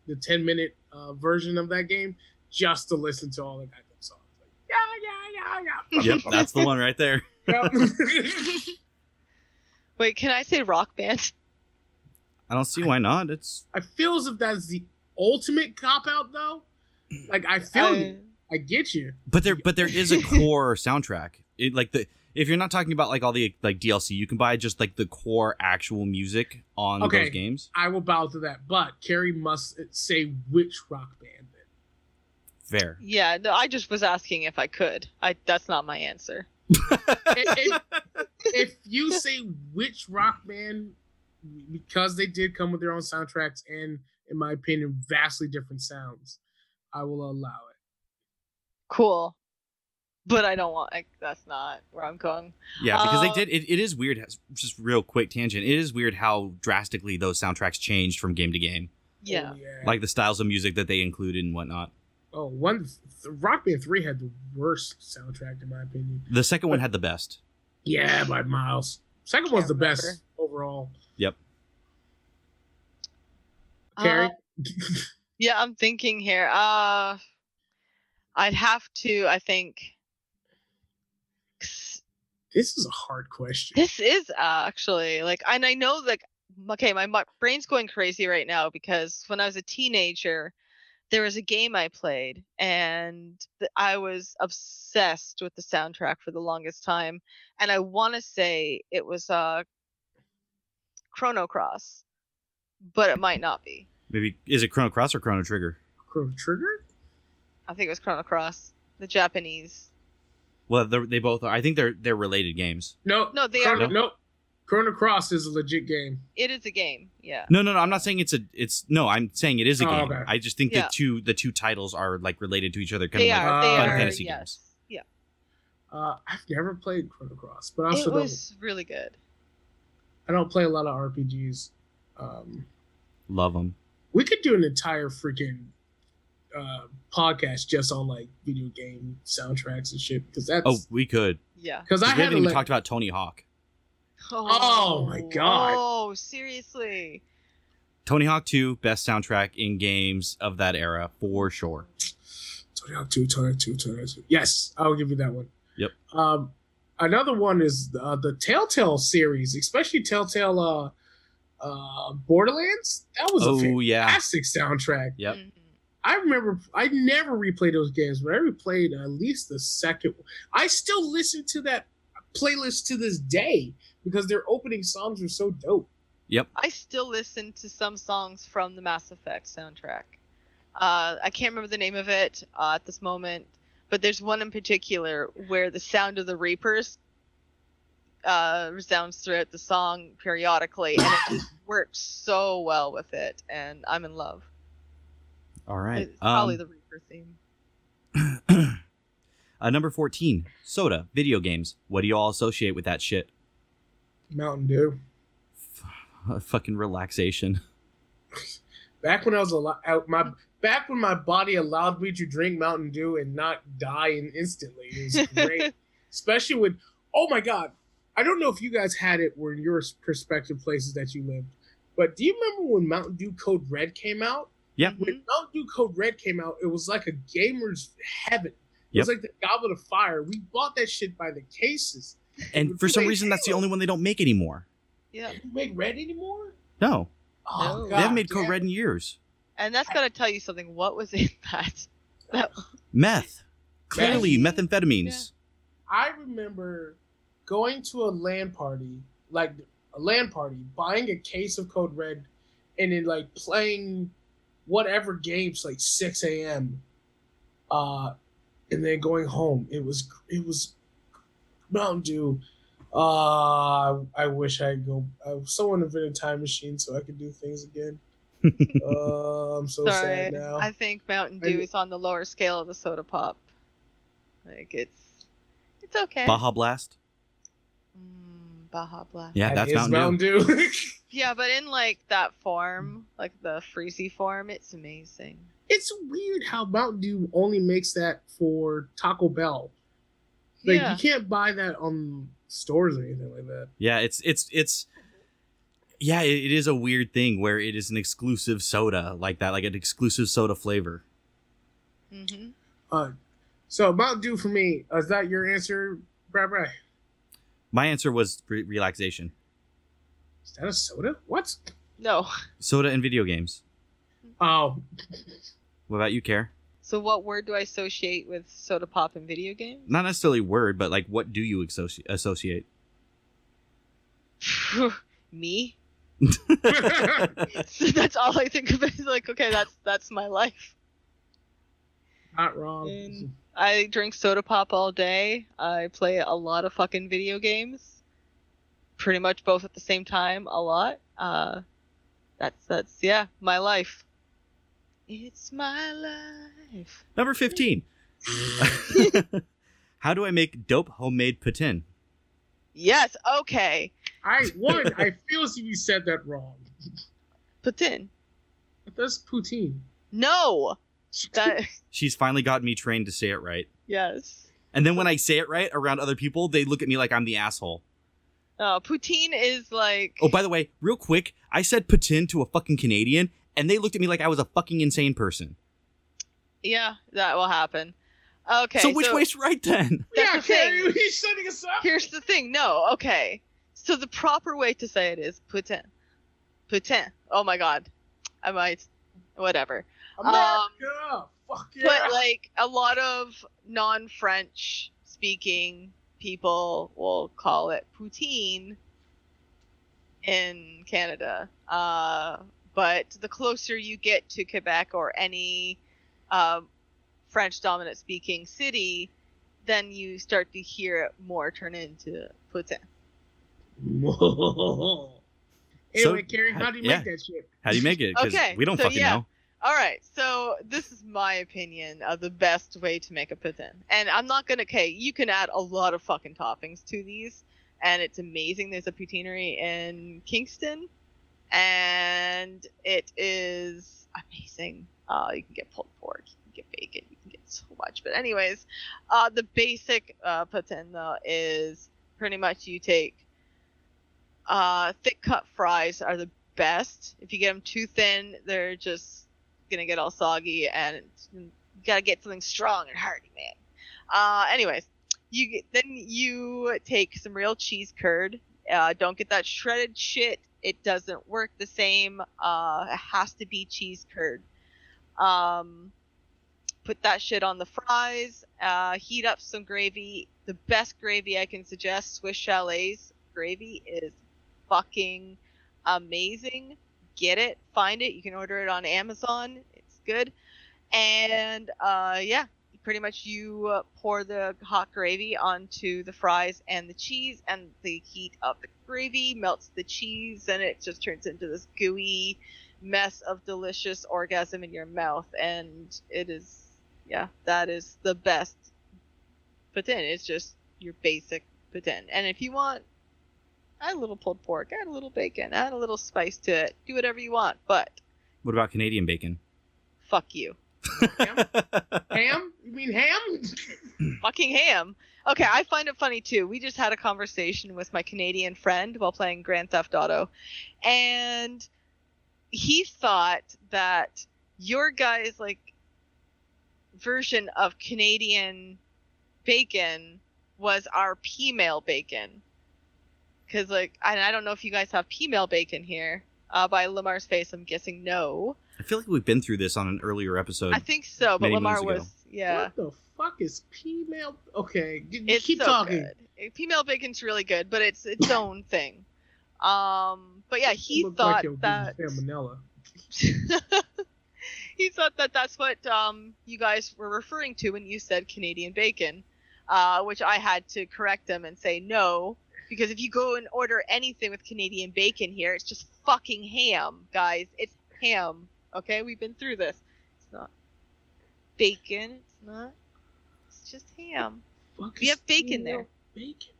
[SPEAKER 3] the ten minute uh, version of that game just to listen to all the goddamn songs. Like, yeah, yeah, yeah, yeah.
[SPEAKER 1] Yep, that's the one right there.
[SPEAKER 3] Yep.
[SPEAKER 2] Wait, can I say Rock Band?
[SPEAKER 1] I don't see why not. It's
[SPEAKER 3] I feel as if that's the ultimate cop out though. Like I feel you.
[SPEAKER 2] Uh,
[SPEAKER 3] I get you.
[SPEAKER 1] but there but there is a core soundtrack. It like the if you're not talking about like all the like DLC, you can buy just like the core actual music on
[SPEAKER 3] Okay.
[SPEAKER 1] those games.
[SPEAKER 3] I will bow to that, but Carrie must say which rock band. Then.
[SPEAKER 1] Fair.
[SPEAKER 2] Yeah, no, I just was asking if I could. I that's not my answer.
[SPEAKER 3] if, if- if you say which rock band, because they did come with their own soundtracks and, in my opinion, vastly different sounds, I will allow it.
[SPEAKER 2] Cool. But I don't want like, that's not where I'm going.
[SPEAKER 1] Yeah, because
[SPEAKER 2] Uh,
[SPEAKER 1] they did. It, it is weird. Just real quick tangent. It is weird how drastically those soundtracks changed from game to game,
[SPEAKER 2] Yeah.
[SPEAKER 3] Oh, yeah.
[SPEAKER 1] like the styles of music that they included and whatnot.
[SPEAKER 3] oh, one th- Rock Band three had the worst soundtrack in my opinion.
[SPEAKER 1] The second one had the best.
[SPEAKER 3] Yeah, by miles. Second one's
[SPEAKER 2] Can't
[SPEAKER 3] the best
[SPEAKER 2] remember.
[SPEAKER 3] overall.
[SPEAKER 1] Yep.
[SPEAKER 2] Uh,
[SPEAKER 3] Oh, Carrie,
[SPEAKER 2] Yeah, I'm thinking here. Uh I'd have to, I think 'cause
[SPEAKER 3] this is a hard question.
[SPEAKER 2] this is uh, actually like and I know like okay, my mu- brain's going crazy right now because when I was a teenager, there was a game I played and th- I was obsessed with the soundtrack for the longest time and I want to say it was uh Chrono Cross, but it might not be.
[SPEAKER 1] Maybe is it Chrono Cross or Chrono Trigger?
[SPEAKER 3] Chrono Trigger?
[SPEAKER 2] I think it was Chrono Cross, the Japanese.
[SPEAKER 1] Well, they're- they both are. I think they're they're related games.
[SPEAKER 3] No,
[SPEAKER 2] No, they
[SPEAKER 3] Chrono,
[SPEAKER 2] are-
[SPEAKER 3] No, Chrono Cross is a legit game.
[SPEAKER 2] It is a game, yeah.
[SPEAKER 1] No, no, no. I'm not saying it's a. It's no. I'm saying it is a
[SPEAKER 3] Oh,
[SPEAKER 1] game.
[SPEAKER 3] okay.
[SPEAKER 1] I just think
[SPEAKER 2] Yeah.
[SPEAKER 1] the two the two titles are like related to each other. Kind
[SPEAKER 2] They
[SPEAKER 1] of like
[SPEAKER 2] are. They
[SPEAKER 3] Final
[SPEAKER 2] are.
[SPEAKER 1] Fantasy
[SPEAKER 2] yes.
[SPEAKER 1] games.
[SPEAKER 2] Yeah.
[SPEAKER 3] Uh, I've never played Chrono Cross, but I also
[SPEAKER 2] It
[SPEAKER 3] don't.
[SPEAKER 2] was really good.
[SPEAKER 3] I don't play a lot of RPGs. Um,
[SPEAKER 1] love them.
[SPEAKER 3] we could do an entire freaking uh, podcast just on like video game soundtracks and shit because that's
[SPEAKER 1] Oh, we could.
[SPEAKER 2] Yeah.
[SPEAKER 3] because
[SPEAKER 1] We
[SPEAKER 3] I had
[SPEAKER 1] haven't
[SPEAKER 3] to
[SPEAKER 1] even
[SPEAKER 3] like,
[SPEAKER 1] talked about Tony Hawk.
[SPEAKER 3] Oh my God.
[SPEAKER 2] Oh, seriously.
[SPEAKER 1] Tony Hawk 2, best soundtrack in games of that era for sure.
[SPEAKER 3] Tony Hawk Two, Tony Hawk Two, Tony Hawk Two. Yes, I'll give you that one.
[SPEAKER 1] Yep.
[SPEAKER 3] Um, another one is uh, the Telltale series, especially Telltale uh, uh, Borderlands. That was a
[SPEAKER 1] Oh yeah,
[SPEAKER 3] fantastic soundtrack.
[SPEAKER 1] Yep.
[SPEAKER 2] Mhm.
[SPEAKER 3] I remember I never replayed those games, but I replayed at least the second. I still listen to that playlist to this day because their opening songs are so dope.
[SPEAKER 2] I still listen to some songs from the Mass Effect soundtrack. Uh, I can't remember the name of it uh, at this moment, but there's one in particular where the sound of the Reapers uh, resounds throughout the song periodically, and it just works so well with it, and I'm in love.
[SPEAKER 1] all right.
[SPEAKER 2] It's probably
[SPEAKER 1] Um,
[SPEAKER 2] the Reaper theme.
[SPEAKER 1] uh, number fourteen, soda, video games. What do you all associate with that shit?
[SPEAKER 3] Mountain Dew.
[SPEAKER 1] Uh, fucking relaxation.
[SPEAKER 3] Back when I was al- out my back when my body allowed me to drink Mountain Dew and not die in- instantly. It was great, especially when. Oh my God, I don't know if you guys had it were in your perspective places that you lived, but do you remember when Mountain Dew Code Red came out?
[SPEAKER 1] Yep.
[SPEAKER 2] Mhm.
[SPEAKER 3] when Mountain Dew Code Red came out, it was like a gamer's heaven. It was like the Goblet of Fire. We bought that shit by the cases.
[SPEAKER 1] And for some reason, that's the only one they don't make anymore.
[SPEAKER 2] Yeah.
[SPEAKER 3] Do you make red anymore?
[SPEAKER 1] No,
[SPEAKER 3] Oh,
[SPEAKER 2] No.
[SPEAKER 1] they haven't made
[SPEAKER 3] God
[SPEAKER 1] Code
[SPEAKER 3] damn.
[SPEAKER 1] Red in years.
[SPEAKER 2] And that's got to tell you something. What was in that? That
[SPEAKER 1] Meth, clearly
[SPEAKER 2] Meth.
[SPEAKER 1] methamphetamines.
[SPEAKER 3] I remember going to a land party, like a land party, buying a case of Code Red, and then like playing whatever games like 6 a.m. Uh, and then going home. It was it was Mountain Dew. Uh, I wish I could go. I, someone invented a time machine so I could do things again. uh, I'm so
[SPEAKER 2] Sorry,
[SPEAKER 3] sad now.
[SPEAKER 2] I think Mountain
[SPEAKER 3] I-
[SPEAKER 2] Dew is on the lower scale of the soda pop. Like it's, it's okay.
[SPEAKER 1] Baja Blast.
[SPEAKER 2] Mm, Baja Blast.
[SPEAKER 1] Yeah,
[SPEAKER 3] That
[SPEAKER 1] that's
[SPEAKER 3] is
[SPEAKER 1] Mountain, Dew.
[SPEAKER 3] Mountain Dew.
[SPEAKER 2] Yeah, but in like that form, like the freezy form, it's amazing.
[SPEAKER 3] it's weird how Mountain Dew only makes that for Taco Bell. Like
[SPEAKER 2] yeah.
[SPEAKER 3] you can't buy that on stores or anything like that.
[SPEAKER 1] Yeah, it's it's it's yeah, it, it is a weird thing where it is an exclusive soda like that, like an exclusive soda flavor.
[SPEAKER 2] hmm
[SPEAKER 3] Uh, so Mountain Dew for me is that your answer, Brad? Brad?
[SPEAKER 1] My answer was re- relaxation.
[SPEAKER 3] Is that a soda? What?
[SPEAKER 2] No.
[SPEAKER 1] Soda and video games.
[SPEAKER 3] Oh,
[SPEAKER 1] What about you, Care?
[SPEAKER 2] So what word do I associate with soda pop and video games?
[SPEAKER 1] Not necessarily word, but like what do you associ- associate?
[SPEAKER 2] Me. So that's all I think about. Is like, okay, that's that's my life.
[SPEAKER 3] not wrong.
[SPEAKER 2] And- I drink soda pop all day. I play a lot of fucking video games. Pretty much both at the same time, a lot. Uh, that's that's yeah, my life. It's my life.
[SPEAKER 1] Number 15. How do I make dope homemade patin?
[SPEAKER 2] Yes, okay.
[SPEAKER 3] I one. I feel as if you said that wrong.
[SPEAKER 2] But then,
[SPEAKER 3] That's poutine.
[SPEAKER 2] no. That
[SPEAKER 1] She's finally got me trained to say it right.
[SPEAKER 2] yes.
[SPEAKER 1] And then when I say it right around other people, they look at me like I'm the asshole.
[SPEAKER 2] Oh, poutine is like.
[SPEAKER 1] Oh, by the way, real quick, I said patin to a fucking Canadian, and they looked at me like I was a fucking insane person.
[SPEAKER 2] yeah, that will happen. Okay.
[SPEAKER 1] so which way's right then?
[SPEAKER 2] That's
[SPEAKER 3] yeah,
[SPEAKER 2] the thing.
[SPEAKER 3] Carrie, he's setting us up.
[SPEAKER 2] Here's the thing. No, okay. So the proper way to say it is putin. Putin. Oh my god. I might. Whatever.
[SPEAKER 3] America, fuck yeah.
[SPEAKER 2] Um, But like a lot of non French speaking people will call it poutine in Canada. Uh, but the closer you get to Quebec or any um, French dominant speaking city, then you start to hear it more turn into poutine.
[SPEAKER 3] Whoa. Anyway, Carrie, how do you
[SPEAKER 1] yeah.
[SPEAKER 3] make that shit?
[SPEAKER 1] How do you make it? 'Cause
[SPEAKER 2] Okay,
[SPEAKER 1] we don't
[SPEAKER 2] so
[SPEAKER 1] fucking
[SPEAKER 2] yeah.
[SPEAKER 1] know.
[SPEAKER 2] All right, so this is my opinion of the best way to make a poutine, and I'm not gonna. Okay, you can add a lot of fucking toppings to these, and it's amazing. There's a poutineery in Kingston, and it is amazing. Uh, you can get pulled pork, you can get bacon, you can get so much. But anyways, uh, the basic uh, poutine though is pretty much you take uh, thick cut fries are the best. If you get them too thin, they're just gonna get all soggy, and it's- you gotta get something strong and hearty, man. Uh, anyways, you get, then you take some real cheese curd. Uh, don't get that shredded shit. It doesn't work the same. Uh, it has to be cheese curd. Um, put that shit on the fries. Uh, heat up some gravy. The best gravy I can suggest, Swiss Chalet's gravy is fucking amazing. Get it, find it. You can order it on Amazon. It's good. And uh, yeah, pretty much you uh, pour the hot gravy onto the fries and the cheese, and the heat of the gravy melts the cheese, and it just turns into this gooey mess of delicious orgasm in your mouth. And it is, yeah, that is the best. But then it's just your basic poutine. And if you want add a little pulled pork, add a little bacon, add a little spice to it, do whatever you want, but
[SPEAKER 1] What about Canadian bacon?
[SPEAKER 2] fuck you.
[SPEAKER 3] Ham? ham? You mean ham?
[SPEAKER 2] Fucking ham. Okay, I find it funny too. We just had a conversation with my Canadian friend while playing Grand Theft Auto, and he thought that your guy's like version of Canadian bacon was our P mail bacon. Cause like, and I don't know if you guys have P mail bacon here. Uh, by Lamar's face, I'm guessing no.
[SPEAKER 1] I feel like we've been through this on an earlier episode.
[SPEAKER 2] I think so, but
[SPEAKER 1] many
[SPEAKER 2] Lamar
[SPEAKER 1] moons ago.
[SPEAKER 2] was yeah.
[SPEAKER 3] What the fuck is female? Okay, g-
[SPEAKER 2] It's
[SPEAKER 3] keep
[SPEAKER 2] so
[SPEAKER 3] talking.
[SPEAKER 2] good. Female bacon's really good, but it's its own thing. Um, but yeah, he
[SPEAKER 3] Looked like
[SPEAKER 2] thought
[SPEAKER 3] it was
[SPEAKER 2] that
[SPEAKER 3] salmonella.
[SPEAKER 2] he thought that that's what um, you guys were referring to when you said Canadian bacon, uh, which I had to correct him and say no, because if you go and order anything with Canadian bacon here, it's just fucking ham, guys. It's ham. Okay, we've been through this. It's not bacon. It's not. It's just ham.
[SPEAKER 3] Fuck
[SPEAKER 2] We
[SPEAKER 3] is
[SPEAKER 2] have bacon there.
[SPEAKER 3] female Bacon.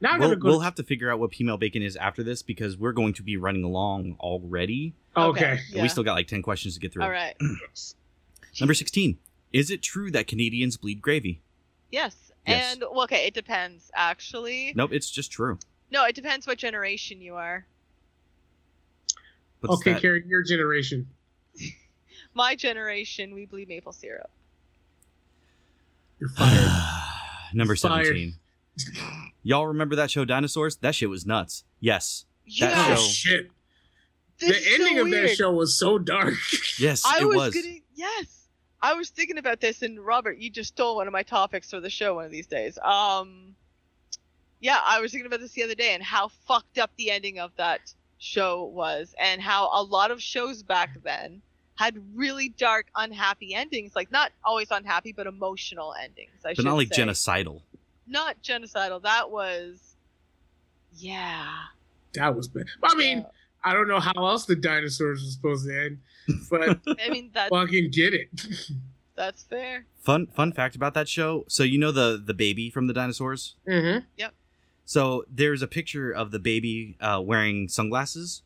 [SPEAKER 3] Now I gotta
[SPEAKER 1] we'll,
[SPEAKER 3] go.
[SPEAKER 1] we'll have to figure out what female bacon is after this because we're going to be running along already.
[SPEAKER 3] okay.
[SPEAKER 1] And we still got like 10 questions to get through.
[SPEAKER 2] All right.
[SPEAKER 1] Number 16. Is it true that Canadians bleed gravy?
[SPEAKER 2] Yes,
[SPEAKER 1] Yes.
[SPEAKER 2] And well, okay, it depends actually.
[SPEAKER 1] nope, it's just true.
[SPEAKER 2] No, it depends what generation you are.
[SPEAKER 1] What's
[SPEAKER 3] okay,
[SPEAKER 1] that?
[SPEAKER 3] Karen, your generation.
[SPEAKER 2] My generation, we bleed maple syrup.
[SPEAKER 3] You're fired.
[SPEAKER 1] Number
[SPEAKER 3] Fired.
[SPEAKER 1] 17. Y'all remember that show Dinosaurs? That shit was nuts. Yes. That
[SPEAKER 3] oh
[SPEAKER 2] yeah,
[SPEAKER 1] show-
[SPEAKER 3] shit!
[SPEAKER 2] this
[SPEAKER 3] the
[SPEAKER 2] is so
[SPEAKER 3] ending of
[SPEAKER 2] weird.
[SPEAKER 3] that show was so dark.
[SPEAKER 1] Yes,
[SPEAKER 2] I
[SPEAKER 1] it
[SPEAKER 2] was,
[SPEAKER 1] was.
[SPEAKER 2] getting yes. I was thinking about this, and Robert, you just stole one of my topics for the show one of these days. Um, yeah, I was thinking about this the other day and how fucked up the ending of that show was, and how a lot of shows back then had really dark, unhappy endings. Like not always unhappy, but emotional endings. I
[SPEAKER 1] but not
[SPEAKER 2] should
[SPEAKER 1] like
[SPEAKER 2] say.
[SPEAKER 1] genocidal.
[SPEAKER 2] Not genocidal. That was, yeah.
[SPEAKER 3] that was bad. I mean, I don't know how else the dinosaurs were supposed to end, but
[SPEAKER 2] Yeah. I mean that's
[SPEAKER 3] fucking get it.
[SPEAKER 2] that's fair.
[SPEAKER 1] Fun fun fact about that show. So you know the the baby from the dinosaurs?
[SPEAKER 3] mm-hmm.
[SPEAKER 1] So there's a picture of the baby uh, wearing sunglasses,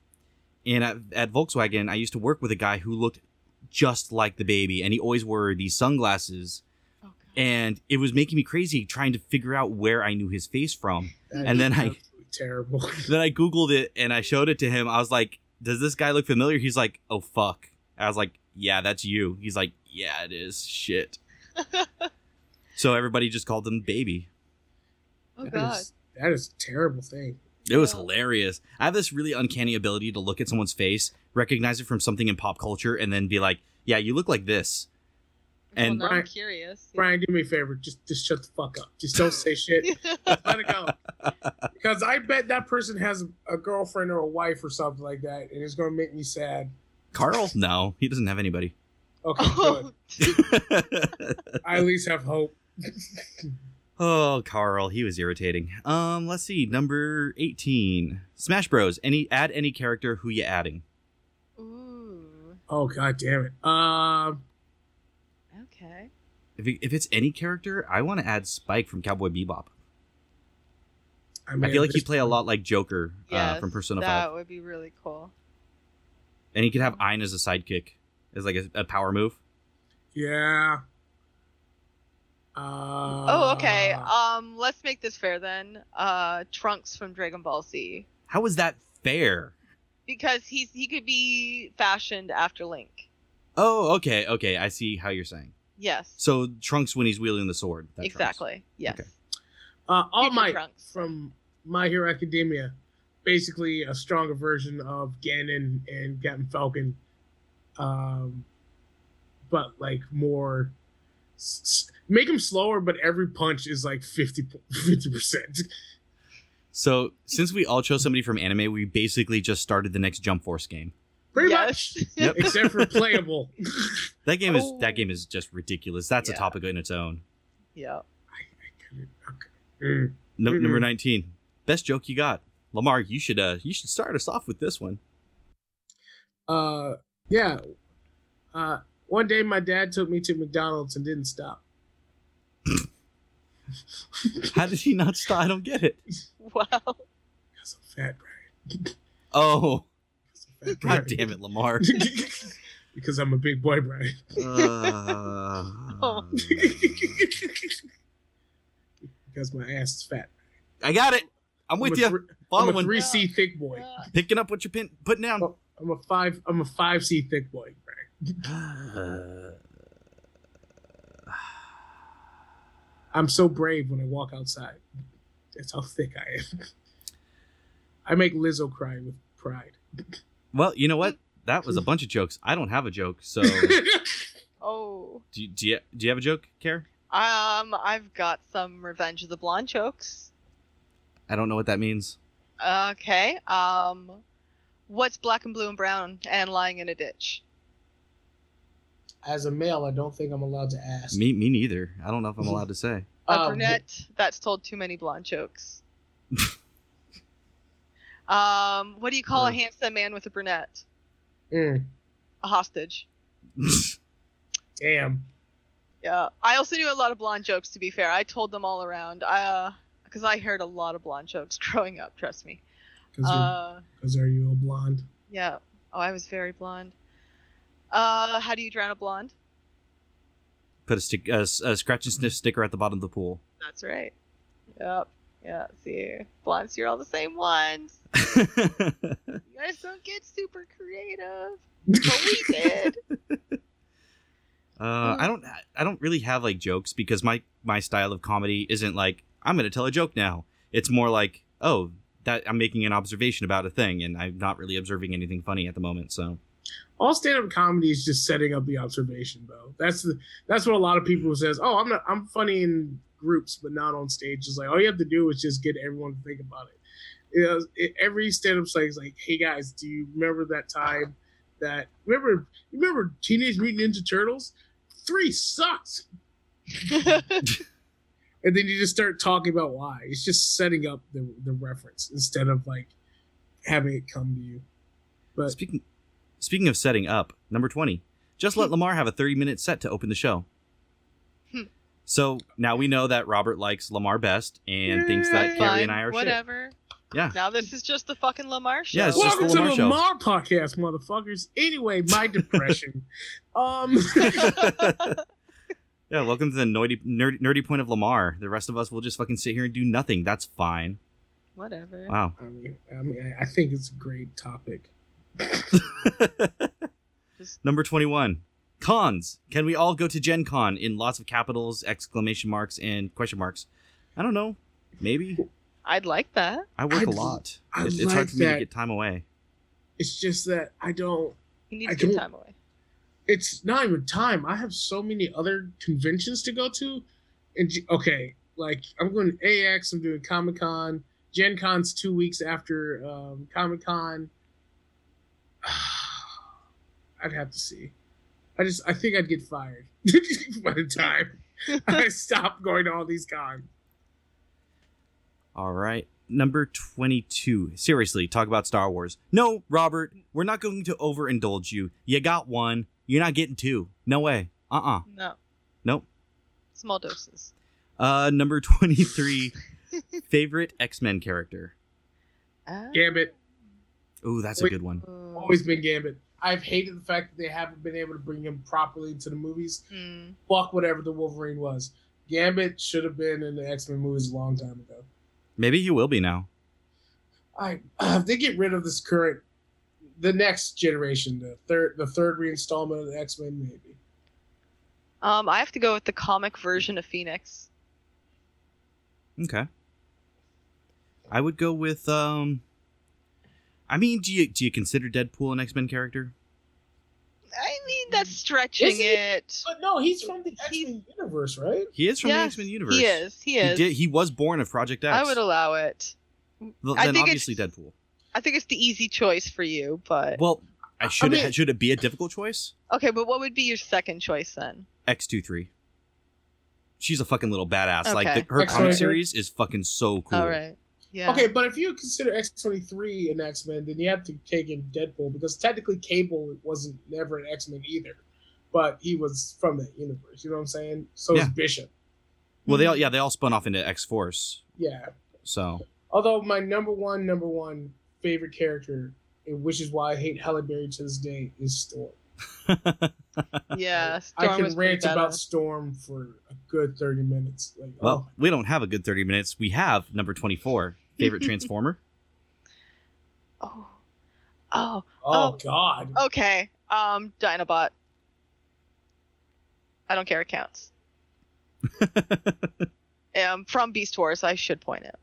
[SPEAKER 1] and at, at Volkswagen, I used to work with a guy who looked just like the baby, and he always wore these sunglasses,
[SPEAKER 2] Oh, God.
[SPEAKER 1] and it was making me crazy trying to figure out where I knew his face from.
[SPEAKER 3] That
[SPEAKER 1] And
[SPEAKER 3] is
[SPEAKER 1] then I-
[SPEAKER 3] absolutely terrible.
[SPEAKER 2] Oh,
[SPEAKER 1] Then I googled it and I showed it to him. I was like, "Does this guy look familiar?" He's like, "Oh fuck." I was like, "Yeah, that's you." He's like, "Yeah, it is." Shit. so everybody just called him baby.
[SPEAKER 2] Oh
[SPEAKER 3] That
[SPEAKER 2] God.
[SPEAKER 3] is, that is a terrible thing.
[SPEAKER 1] It was
[SPEAKER 2] Yeah.
[SPEAKER 1] hilarious. I have this really uncanny ability to look at someone's face, recognize it from something in pop culture, and then be like, "Yeah, you look like this." And-
[SPEAKER 2] well, now I'm
[SPEAKER 3] Right.
[SPEAKER 2] curious.
[SPEAKER 3] Brian, do me a favor. Just just shut the fuck up. Just don't say shit. Let it go. Because I bet that person has a girlfriend or a wife or something like that, and it's gonna make me sad.
[SPEAKER 1] Carl? No, he doesn't have anybody.
[SPEAKER 3] Okay,
[SPEAKER 2] oh,
[SPEAKER 3] good. I at least have hope.
[SPEAKER 1] oh, Carl, he was irritating. Um, let's see, number eighteen, Smash Bros. Any add any character? Who you adding?
[SPEAKER 2] ooh,
[SPEAKER 3] Oh god damn it. Um
[SPEAKER 2] okay.
[SPEAKER 1] If, it- if it's any character, I want to add Spike from Cowboy Bebop.
[SPEAKER 3] I,
[SPEAKER 1] I
[SPEAKER 3] mean,
[SPEAKER 1] feel like he'd
[SPEAKER 3] this-
[SPEAKER 1] play a lot like Joker
[SPEAKER 2] Yes,
[SPEAKER 1] uh, from Persona
[SPEAKER 2] that
[SPEAKER 1] 5.
[SPEAKER 2] would be really cool.
[SPEAKER 1] And he could have Ein as a sidekick, as like a, a power move.
[SPEAKER 3] Yeah. Uh,
[SPEAKER 2] oh, okay. Um, let's make this fair then. Uh, Trunks from Dragon Ball Z,
[SPEAKER 1] How is that fair?
[SPEAKER 2] because he's he could be fashioned after Link.
[SPEAKER 1] Oh, okay, okay. I see how you're saying.
[SPEAKER 2] Yes.
[SPEAKER 1] So Trunks when he's wielding the sword. that Trunks.
[SPEAKER 2] exactly. Yes.
[SPEAKER 1] Okay.
[SPEAKER 3] uh, All
[SPEAKER 2] Future
[SPEAKER 3] Might
[SPEAKER 2] Trunks.
[SPEAKER 3] from My Hero Academia, basically a stronger version of Ganon and Captain Falcon, um, but like more. s- s- Make him slower, but every punch is like 50 percent.
[SPEAKER 1] So since we all chose somebody from anime, we basically just started the next Jump Force game.
[SPEAKER 3] Pretty
[SPEAKER 2] yes.
[SPEAKER 3] much,
[SPEAKER 1] Yep.
[SPEAKER 3] except for playable.
[SPEAKER 1] That game is
[SPEAKER 2] Oh.
[SPEAKER 1] that game is just ridiculous. That's a
[SPEAKER 2] Yeah.
[SPEAKER 1] topic in its own.
[SPEAKER 2] yep.
[SPEAKER 3] Mm.
[SPEAKER 1] No,
[SPEAKER 3] Mhm.
[SPEAKER 1] Number nineteen, best joke you got, Lamar. You should uh you should start us off with this one.
[SPEAKER 3] Uh, yeah. Uh, one day my dad took me to McDonald's and didn't stop.
[SPEAKER 1] How did he not stop? I don't get it.
[SPEAKER 2] Wow.
[SPEAKER 3] That's a fat
[SPEAKER 1] Oh,
[SPEAKER 3] Brian.
[SPEAKER 1] god damn it, Lamar.
[SPEAKER 3] because I'm a big boy, Brian.
[SPEAKER 1] Uh,
[SPEAKER 2] Oh.
[SPEAKER 3] because my ass is fat.
[SPEAKER 1] I got it. I'm with
[SPEAKER 3] I'm a
[SPEAKER 1] you.
[SPEAKER 3] thr- I'm a
[SPEAKER 1] Following,
[SPEAKER 3] three C thick boy.
[SPEAKER 2] Uh,
[SPEAKER 1] picking up what you're pin- putting down.
[SPEAKER 3] I'm a five. I'm a five C thick boy, Brian. Oh.
[SPEAKER 1] Uh,
[SPEAKER 3] I'm so brave when I walk outside. That's how thick I am. I make Lizzo cry with pride.
[SPEAKER 1] well, you know what? That was a bunch of jokes. I don't have a joke, so
[SPEAKER 2] oh.
[SPEAKER 1] do, you- do you do you have a joke, Care?
[SPEAKER 2] Um, I've got some Revenge of the Blonde jokes.
[SPEAKER 1] I don't know what that means.
[SPEAKER 2] Okay. Um, what's black and blue and brown and lying in a ditch?
[SPEAKER 3] As a male, I don't think I'm allowed to ask.
[SPEAKER 1] Me me neither. I don't know if I'm allowed to say.
[SPEAKER 2] A
[SPEAKER 3] Um,
[SPEAKER 2] brunette that's told too many blonde jokes. um, what do you call a
[SPEAKER 1] Mm.
[SPEAKER 2] handsome man with a brunette?
[SPEAKER 3] mm,
[SPEAKER 2] A hostage.
[SPEAKER 3] damn.
[SPEAKER 2] Yeah. I also do a lot of blonde jokes. To be fair, I told them all around. Uh, because I heard a lot of blonde jokes growing up. Trust me.
[SPEAKER 3] Because
[SPEAKER 2] Uh,
[SPEAKER 3] are you a blonde?
[SPEAKER 2] yeah. Oh, I was very blonde. Uh, how do you drown a blonde?
[SPEAKER 1] put a, stick, a, a scratch and sniff sticker at the bottom of the pool.
[SPEAKER 2] That's right. Yep. Yeah. See, blunts, you're all the same ones. You guys don't get super creative, but we did.
[SPEAKER 1] Uh, I don't I don't really have like jokes because my my style of comedy isn't like I'm going to tell a joke now. It's more like oh that I'm making an observation about a thing and I'm not really observing anything funny at the moment. So
[SPEAKER 3] All stand-up comedy is just setting up the observation, though. That's the that's what a lot of people says. Oh, I'm not I'm funny in groups, but not on stage. It's like all you have to do is just get everyone to think about it. You know, it- every stand-up site is like, hey guys, do you remember that time that remember you remember Teenage Mutant Ninja Turtles? Three sucks, and then you just start talking about why. It's just setting up the the reference instead of like having it come to you. But
[SPEAKER 1] speaking speaking of setting up, number 20. Just let Lamar have a 30-minute set to open the show.
[SPEAKER 2] Hmm.
[SPEAKER 1] So now we know that Robert likes Lamar best and thinks that
[SPEAKER 3] Yay.
[SPEAKER 1] Carrie and I are shit.
[SPEAKER 2] whatever.
[SPEAKER 1] Yeah.
[SPEAKER 2] Now this is just the fucking Lamar show.
[SPEAKER 1] Yeah, it's just
[SPEAKER 3] Welcome
[SPEAKER 1] the
[SPEAKER 3] to
[SPEAKER 1] Lamar
[SPEAKER 3] the
[SPEAKER 1] Show.
[SPEAKER 3] Lamar podcast, motherfuckers. Anyway, my depression. um,
[SPEAKER 1] Yeah, welcome to the nerdy, nerdy, nerdy point of Lamar. The rest of us will just fucking sit here and do nothing. That's fine.
[SPEAKER 2] whatever.
[SPEAKER 1] Wow.
[SPEAKER 3] I mean, I mean, I think it's a great topic.
[SPEAKER 1] Number 21. Cons. Can we all go to Gen Con in lots of capitals, exclamation marks, and question marks? I don't know. Maybe.
[SPEAKER 2] I'd like that.
[SPEAKER 1] I work a
[SPEAKER 3] I'd-
[SPEAKER 1] lot.
[SPEAKER 3] I'd
[SPEAKER 1] It's, it's hard
[SPEAKER 3] like
[SPEAKER 1] for me to
[SPEAKER 3] that.
[SPEAKER 1] get time away.
[SPEAKER 3] It's just that I don't.
[SPEAKER 2] You need
[SPEAKER 3] I
[SPEAKER 2] to get
[SPEAKER 3] don't-
[SPEAKER 2] time away.
[SPEAKER 3] It's not even time. I have so many other conventions to go to, and j- okay, like I'm going to AX. I'm doing Comic Con. Gen Con's two weeks after um, Comic Con. I'd have to see. I just I think I'd get fired by the time I stop going to all these cons.
[SPEAKER 1] All right. Number 22. Seriously, talk about Star Wars. No, Robert, we're not going to overindulge you. You got one. You're not getting two. No way. Uh uh
[SPEAKER 2] No.
[SPEAKER 1] Nope.
[SPEAKER 2] Small doses.
[SPEAKER 1] Uh, number 23. favorite X Men character?
[SPEAKER 2] Ah.
[SPEAKER 3] Gambit.
[SPEAKER 1] Ooh, that's a
[SPEAKER 3] Wait.
[SPEAKER 1] good one.
[SPEAKER 2] Mm.
[SPEAKER 3] Always been Gambit. I've hated the fact that they haven't been able to bring him properly into the movies.
[SPEAKER 2] Mm.
[SPEAKER 3] Fuck whatever the Wolverine was. Gambit should have been in the X Men movies a long time ago.
[SPEAKER 1] Maybe he will be now.
[SPEAKER 3] I if they get rid of this current, the next generation, the third, the third reinstallment of the X Men, maybe.
[SPEAKER 2] Um, I have to go with the comic version of Phoenix.
[SPEAKER 1] Okay. I would go with um. I mean, do you do you consider Deadpool an X Men character?
[SPEAKER 2] I mean, that's stretching
[SPEAKER 3] Is he?
[SPEAKER 2] it.
[SPEAKER 3] But no, he's from the X Men
[SPEAKER 2] He's-
[SPEAKER 3] universe, right?
[SPEAKER 1] He is from the
[SPEAKER 2] Yes,
[SPEAKER 1] X Men universe.
[SPEAKER 2] He is. He
[SPEAKER 1] He,
[SPEAKER 2] is.
[SPEAKER 1] did. He was born of Project X.
[SPEAKER 2] I would allow it.
[SPEAKER 1] Well,
[SPEAKER 2] I
[SPEAKER 1] then
[SPEAKER 2] think
[SPEAKER 1] obviously
[SPEAKER 2] it's-
[SPEAKER 1] Deadpool.
[SPEAKER 2] I think it's the easy choice for you, but
[SPEAKER 1] Well, I should
[SPEAKER 3] mean-
[SPEAKER 1] should it be a difficult choice?
[SPEAKER 2] okay. But what would be your second choice then?
[SPEAKER 1] X two three. She's a fucking little badass. Like
[SPEAKER 2] Okay.
[SPEAKER 1] the, her
[SPEAKER 3] X-23.
[SPEAKER 1] comic series is fucking so cool.
[SPEAKER 2] All right. Yeah.
[SPEAKER 3] Okay, but if you consider X twenty three an X Men, then you have to take in Deadpool because technically Cable wasn't never an X Men either, but he was from that universe. You know what I'm saying? So
[SPEAKER 1] Yeah.
[SPEAKER 3] is Bishop.
[SPEAKER 1] Well,
[SPEAKER 2] Mm-hmm.
[SPEAKER 1] they all yeah they all spun off into X Force.
[SPEAKER 3] Yeah.
[SPEAKER 1] So
[SPEAKER 3] Although my number one, number one favorite character, and which is why I hate Halle Berry to this day, is Storm.
[SPEAKER 2] Yeah.
[SPEAKER 3] I
[SPEAKER 2] Storm was
[SPEAKER 3] can
[SPEAKER 2] pretty
[SPEAKER 3] rant about
[SPEAKER 2] badass.
[SPEAKER 3] Storm for a good thirty minutes. Like,
[SPEAKER 1] well, we don't have a good thirty minutes. We have number twenty four favorite Transformer.
[SPEAKER 2] Oh. Oh.
[SPEAKER 3] oh, oh,
[SPEAKER 2] oh.
[SPEAKER 3] God,
[SPEAKER 2] Okay. Um, Dinobot. I don't care. It counts. um, from Beast Wars, I should point out.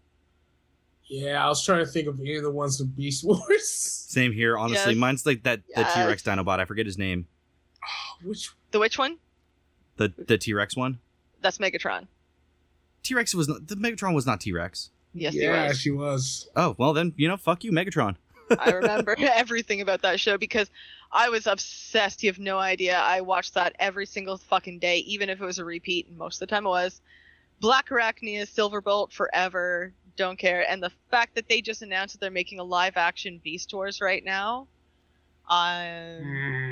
[SPEAKER 3] yeah. I was trying to think of any of the ones from Beast Wars.
[SPEAKER 1] Same here, honestly.
[SPEAKER 2] Yes.
[SPEAKER 1] Mine's like that
[SPEAKER 2] Yes.
[SPEAKER 1] the T Rex Dinobot. I forget his name.
[SPEAKER 3] which
[SPEAKER 2] The which one?
[SPEAKER 1] The the T Rex one.
[SPEAKER 2] That's Megatron.
[SPEAKER 1] T Rex was not the Megatron was not T Rex.
[SPEAKER 2] Yes,
[SPEAKER 3] yeah,
[SPEAKER 2] he was.
[SPEAKER 3] she was.
[SPEAKER 1] Oh well, then you know, fuck you, Megatron.
[SPEAKER 2] I remember everything about that show because I was obsessed. You have no idea. I watched that every single fucking day, even if it was a repeat, and most of the time it was. Black Arachnia, Silverbolt, forever. Don't care. And the fact that they just announced that they're making a live action Beast Wars right now.
[SPEAKER 3] Hmm.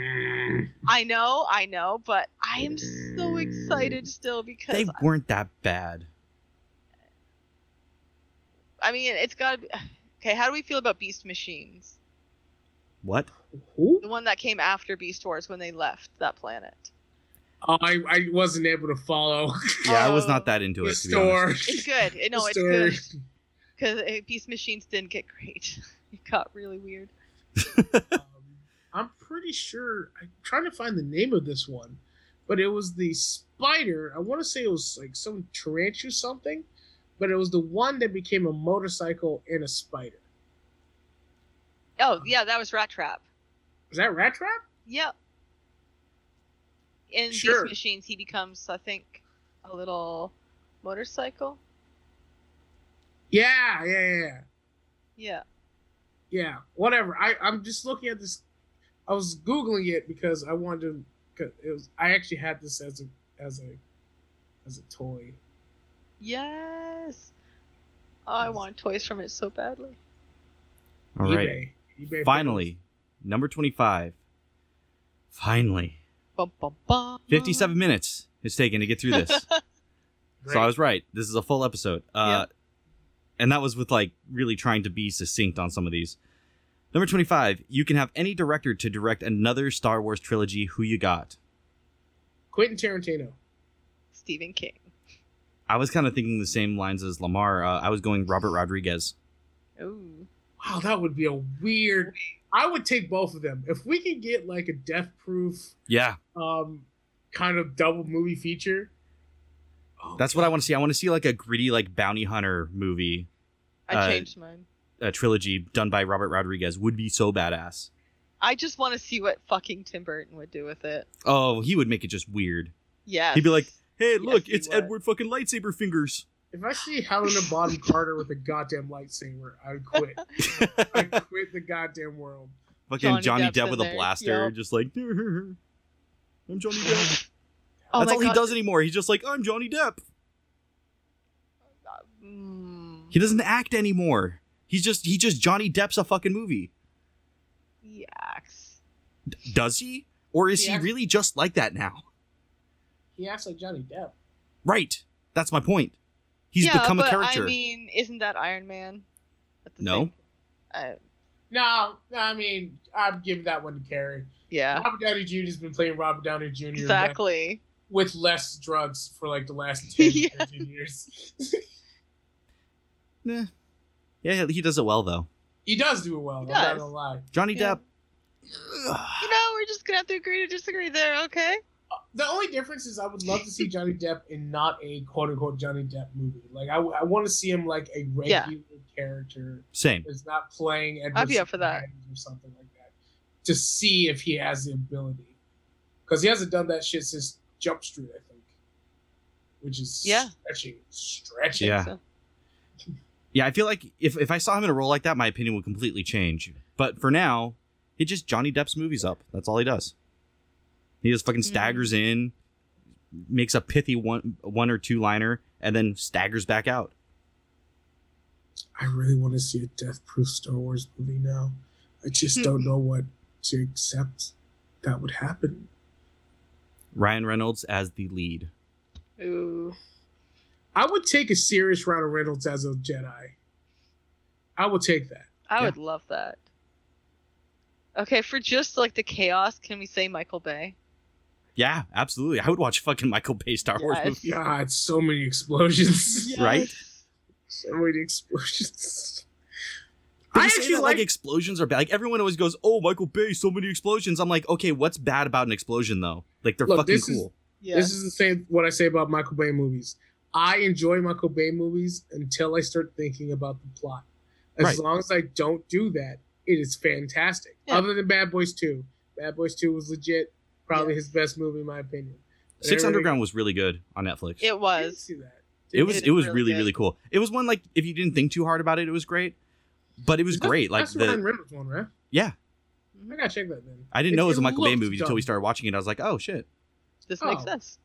[SPEAKER 2] Um,
[SPEAKER 3] Mm.
[SPEAKER 2] I know, I know, but I am so excited still because
[SPEAKER 1] They weren't that bad.
[SPEAKER 2] I mean, it's got to be. Okay, how do we feel about Beast Machines?
[SPEAKER 1] What?
[SPEAKER 3] Who?
[SPEAKER 2] The one that came after Beast Wars when they left that planet.
[SPEAKER 3] Oh, I, I wasn't able to follow
[SPEAKER 1] Yeah, I was
[SPEAKER 2] Oh.
[SPEAKER 1] not that into
[SPEAKER 3] the
[SPEAKER 1] it. To be honest.
[SPEAKER 3] store.
[SPEAKER 2] It's good. It- No,
[SPEAKER 3] The
[SPEAKER 2] it's
[SPEAKER 3] store.
[SPEAKER 2] good. Because Beast Machines didn't get great. It got really weird.
[SPEAKER 3] Um, I'm pretty sure I'm trying to find the name of this one, but it was the spider. I want to say it was like some tarantula something, but it was the one that became a motorcycle and a spider.
[SPEAKER 2] Oh, yeah, that was Rat Trap.
[SPEAKER 3] Is that Rat Trap?
[SPEAKER 2] Yep. In
[SPEAKER 3] Sure.
[SPEAKER 2] Beast Machines, he becomes, I think, a little motorcycle.
[SPEAKER 3] Yeah, yeah, yeah, yeah.
[SPEAKER 2] Yeah.
[SPEAKER 3] yeah. Whatever. I I'm just looking at this. I was googling it because I wanted to. Cause it was I actually had this as a as a as a toy.
[SPEAKER 2] Yes. Oh, I want toys from it so badly.
[SPEAKER 1] All right.
[SPEAKER 3] eBay. eBay
[SPEAKER 1] Finally, number 25. Finally.
[SPEAKER 2] Bum, bum, bum.
[SPEAKER 1] 57 minutes it's taken to get through this.
[SPEAKER 3] Great.
[SPEAKER 1] so I was right. This is a full episode. Uh, And that was with like really trying to be succinct on some of these. Number 25. You can have any director to direct another Star Wars trilogy. Who you got?
[SPEAKER 3] Quentin Tarantino.
[SPEAKER 2] Stephen King.
[SPEAKER 1] I was kind of thinking the same lines as Lamar. Uh, I was going Robert Rodriguez.
[SPEAKER 2] Ooh.
[SPEAKER 3] Wow, that would be a weird. I would take both of them if we could get like a death proof
[SPEAKER 1] Yeah,
[SPEAKER 3] um kind of double movie feature. Oh,
[SPEAKER 1] that's what I want to see. I want to see like a gritty like bounty hunter movie
[SPEAKER 2] I
[SPEAKER 1] Uh,
[SPEAKER 2] changed mine.
[SPEAKER 1] a trilogy done by Robert Rodriguez would be so badass.
[SPEAKER 2] I just want to see what fucking Tim Burton would do with it.
[SPEAKER 1] Oh, he would make it just weird.
[SPEAKER 2] Yes.
[SPEAKER 1] He'd be like, Hey,
[SPEAKER 2] Yes,
[SPEAKER 1] look,
[SPEAKER 2] he
[SPEAKER 1] it's
[SPEAKER 2] would.
[SPEAKER 1] Edward fucking lightsaber fingers.
[SPEAKER 3] If I see Helena Bottom Carter with a goddamn lightsaber, I would quit. I
[SPEAKER 1] fucking
[SPEAKER 3] would quit the goddamn world.
[SPEAKER 1] Johnny,
[SPEAKER 2] Johnny
[SPEAKER 1] Depp,
[SPEAKER 2] Depp's in
[SPEAKER 1] with a
[SPEAKER 2] there.
[SPEAKER 1] blaster,
[SPEAKER 2] Yep.
[SPEAKER 1] just like I'm Johnny Depp.
[SPEAKER 2] oh
[SPEAKER 1] That's
[SPEAKER 2] my
[SPEAKER 1] all he
[SPEAKER 2] God.
[SPEAKER 1] does anymore. He's just like I'm Johnny Depp.
[SPEAKER 2] Mm,
[SPEAKER 1] He doesn't act anymore. He's just he just Johnny Depp's a fucking movie.
[SPEAKER 2] yaks.
[SPEAKER 1] Does he? Or is
[SPEAKER 3] Yeah.
[SPEAKER 1] he really just like that now?
[SPEAKER 3] He acts like Johnny Depp.
[SPEAKER 1] Right. That's my point. He's
[SPEAKER 2] yeah,
[SPEAKER 1] become
[SPEAKER 2] but
[SPEAKER 1] a character.
[SPEAKER 2] I mean, isn't that Iron Man? At the Uh,
[SPEAKER 1] No.
[SPEAKER 2] same- I-
[SPEAKER 3] No, no, I mean I'm giving that one to Carrie.
[SPEAKER 2] yeah,
[SPEAKER 3] Robert Downey Jr. has been playing Robert Downey Jr.
[SPEAKER 2] exactly.
[SPEAKER 3] with less drugs for like the last 10,
[SPEAKER 2] Yeah.
[SPEAKER 3] 15 years.
[SPEAKER 1] Nah. Eh. Yeah, he does it well though.
[SPEAKER 3] he does do it well.
[SPEAKER 2] He
[SPEAKER 3] I'm not
[SPEAKER 2] does.
[SPEAKER 3] gonna lie.
[SPEAKER 1] Johnny
[SPEAKER 2] Yeah.
[SPEAKER 1] Depp.
[SPEAKER 2] You know, we're just gonna have to agree to disagree there, okay?
[SPEAKER 3] The only difference is I would love to see Johnny Depp in not a quote unquote Johnny Depp movie. Like I, I want to see him like a
[SPEAKER 2] Yeah.
[SPEAKER 3] regular character
[SPEAKER 1] Same.
[SPEAKER 3] that's not playing Edward
[SPEAKER 2] I'd be up for that.
[SPEAKER 3] Scissorhands or something like that to see if he has the ability because he hasn't done that shit since Jump Street, I think, which is
[SPEAKER 2] Yeah.
[SPEAKER 3] stretching, stretching.
[SPEAKER 1] Yeah.
[SPEAKER 2] So-
[SPEAKER 1] Yeah, I feel like if, if I saw him in a role like that, my opinion would completely change. But for now, he just Johnny Depp's movies up. That's all he does. He just fucking
[SPEAKER 2] Mm.
[SPEAKER 1] staggers in, makes a pithy one one or two liner, and then staggers back out.
[SPEAKER 3] I really want to see a death proof Star Wars movie now. I
[SPEAKER 2] Hmm.
[SPEAKER 3] just don't know what to accept that would happen.
[SPEAKER 1] Ryan Reynolds as the lead.
[SPEAKER 2] Ooh.
[SPEAKER 3] I would take a serious Ronald Reynolds as a Jedi. I would take that.
[SPEAKER 2] I
[SPEAKER 1] Yeah.
[SPEAKER 2] would love that. Okay, for just like the chaos, can we say Michael Bay?
[SPEAKER 1] Yeah, absolutely. I would watch fucking Michael Bay Star Wars
[SPEAKER 2] Yes.
[SPEAKER 1] movie.
[SPEAKER 3] God, so many explosions.
[SPEAKER 1] Right?
[SPEAKER 3] So many explosions.
[SPEAKER 1] They
[SPEAKER 3] I
[SPEAKER 1] just say
[SPEAKER 3] actually
[SPEAKER 1] that,
[SPEAKER 3] like,
[SPEAKER 1] explosions are bad. Like everyone always goes, "Oh, Michael Bay, so many explosions." I'm like, okay, what's bad about an explosion though? Like they're
[SPEAKER 3] Look,
[SPEAKER 1] fucking
[SPEAKER 3] this is-
[SPEAKER 1] cool.
[SPEAKER 2] Yeah.
[SPEAKER 3] this is the same what I say about Michael Bay movies. I enjoy Michael Bay movies until I start thinking about the plot. As
[SPEAKER 1] Right.
[SPEAKER 3] long as I don't do that, it is fantastic.
[SPEAKER 2] Yeah.
[SPEAKER 3] Other than Bad Boys 2. Bad Boys 2 was legit, probably his best movie in my opinion. But
[SPEAKER 1] Six
[SPEAKER 3] everything-
[SPEAKER 1] Underground was really good on Netflix.
[SPEAKER 2] it
[SPEAKER 3] I didn't
[SPEAKER 2] was.
[SPEAKER 3] see that.
[SPEAKER 1] It was
[SPEAKER 2] It
[SPEAKER 1] it was
[SPEAKER 2] really
[SPEAKER 1] really
[SPEAKER 2] did.
[SPEAKER 1] really cool. It was one like if you didn't think too hard about it, it was great. But it was
[SPEAKER 3] That's-
[SPEAKER 1] great. Like
[SPEAKER 3] that's the Ryan
[SPEAKER 1] the
[SPEAKER 3] Reynolds one, right?
[SPEAKER 1] yeah,
[SPEAKER 3] I gotta check that then.
[SPEAKER 1] I didn't know it was a
[SPEAKER 3] It
[SPEAKER 1] Michael Bay
[SPEAKER 3] looked
[SPEAKER 1] movie until we
[SPEAKER 3] dumb.
[SPEAKER 1] started watching it. I was like, oh shit,
[SPEAKER 2] This makes
[SPEAKER 3] Oh.
[SPEAKER 2] sense.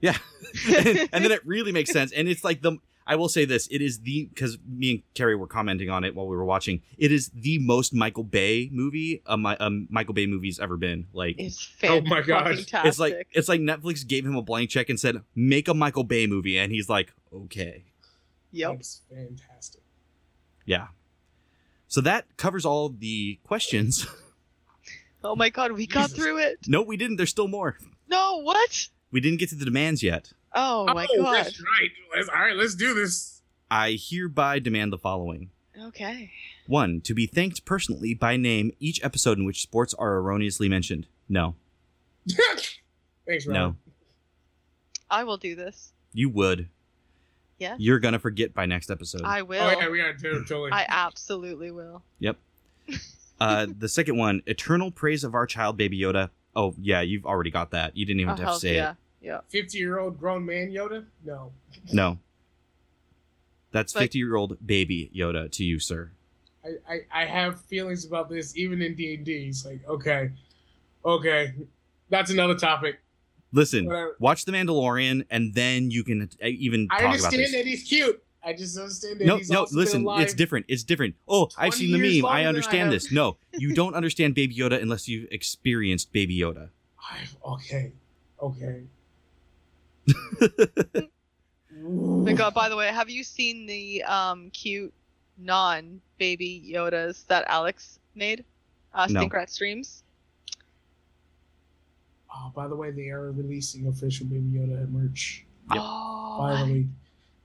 [SPEAKER 1] yeah. and, and then it really makes sense. And it's like the I will say this: it is the because me and Carrie were commenting on it while we were watching. It is the most Michael Bay movie a, Mi- a Michael Bay movie's ever been. Like
[SPEAKER 2] It's
[SPEAKER 3] Oh
[SPEAKER 2] fantastic.
[SPEAKER 3] my God.
[SPEAKER 1] it's like it's like Netflix gave him a blank check and said, make a Michael Bay movie, and he's like, okay.
[SPEAKER 2] Yep.
[SPEAKER 3] That's fantastic.
[SPEAKER 1] Yeah. So that covers all the questions.
[SPEAKER 2] Oh my god, we got
[SPEAKER 3] Jesus.
[SPEAKER 2] through it.
[SPEAKER 1] no, we didn't. There's still more.
[SPEAKER 2] No, what?
[SPEAKER 1] We didn't get to the demands yet.
[SPEAKER 2] Oh my god.
[SPEAKER 3] That's right. Let's, all right, let's do this.
[SPEAKER 1] I hereby demand the following.
[SPEAKER 2] Okay.
[SPEAKER 1] One, to be thanked personally by name each episode in which sports are erroneously mentioned. No.
[SPEAKER 3] Thanks,
[SPEAKER 1] No.
[SPEAKER 3] Rob.
[SPEAKER 2] I will do this.
[SPEAKER 1] You would.
[SPEAKER 2] Yeah.
[SPEAKER 1] You're gonna forget by next episode.
[SPEAKER 2] I will.
[SPEAKER 3] Oh yeah, we are to- totally.
[SPEAKER 2] I absolutely will.
[SPEAKER 1] Yep. Uh, the second one, eternal praise of our child, Baby Yoda. Oh yeah, you've already got that. You didn't even
[SPEAKER 2] Oh,
[SPEAKER 1] have to
[SPEAKER 2] hell
[SPEAKER 1] say
[SPEAKER 2] yeah.
[SPEAKER 1] it.
[SPEAKER 2] Yeah.
[SPEAKER 3] Fifty-year-old grown man Yoda. No.
[SPEAKER 1] No. That's
[SPEAKER 2] But-
[SPEAKER 1] fifty-year-old baby Yoda to you, sir.
[SPEAKER 3] I, I, I have feelings about this even in D and D. It's like okay, okay, that's another topic.
[SPEAKER 1] Listen,
[SPEAKER 3] Whatever.
[SPEAKER 1] watch The Mandalorian, and then you can uh, even
[SPEAKER 3] I
[SPEAKER 1] talk about
[SPEAKER 3] understand
[SPEAKER 1] this.
[SPEAKER 3] that he's cute. I just understand that
[SPEAKER 1] No,
[SPEAKER 3] he's
[SPEAKER 1] no,
[SPEAKER 3] also been
[SPEAKER 1] listen,
[SPEAKER 3] alive.
[SPEAKER 1] it's different. It's different. Oh, I've
[SPEAKER 3] 20
[SPEAKER 1] seen the
[SPEAKER 3] years
[SPEAKER 1] meme.
[SPEAKER 3] longer
[SPEAKER 1] I
[SPEAKER 3] than I
[SPEAKER 1] understand
[SPEAKER 3] have.
[SPEAKER 1] this. No, you don't understand Baby Yoda unless you've experienced Baby Yoda.
[SPEAKER 3] I've, okay, okay.
[SPEAKER 2] Oh my god, by the way, have you seen the um cute non baby Yodas that Alex made? Uh
[SPEAKER 1] No.
[SPEAKER 2] Stink Rat Streams?
[SPEAKER 3] Oh, by the way, they are releasing official Baby Yoda merch.
[SPEAKER 1] Yep.
[SPEAKER 2] Oh,
[SPEAKER 3] Finally,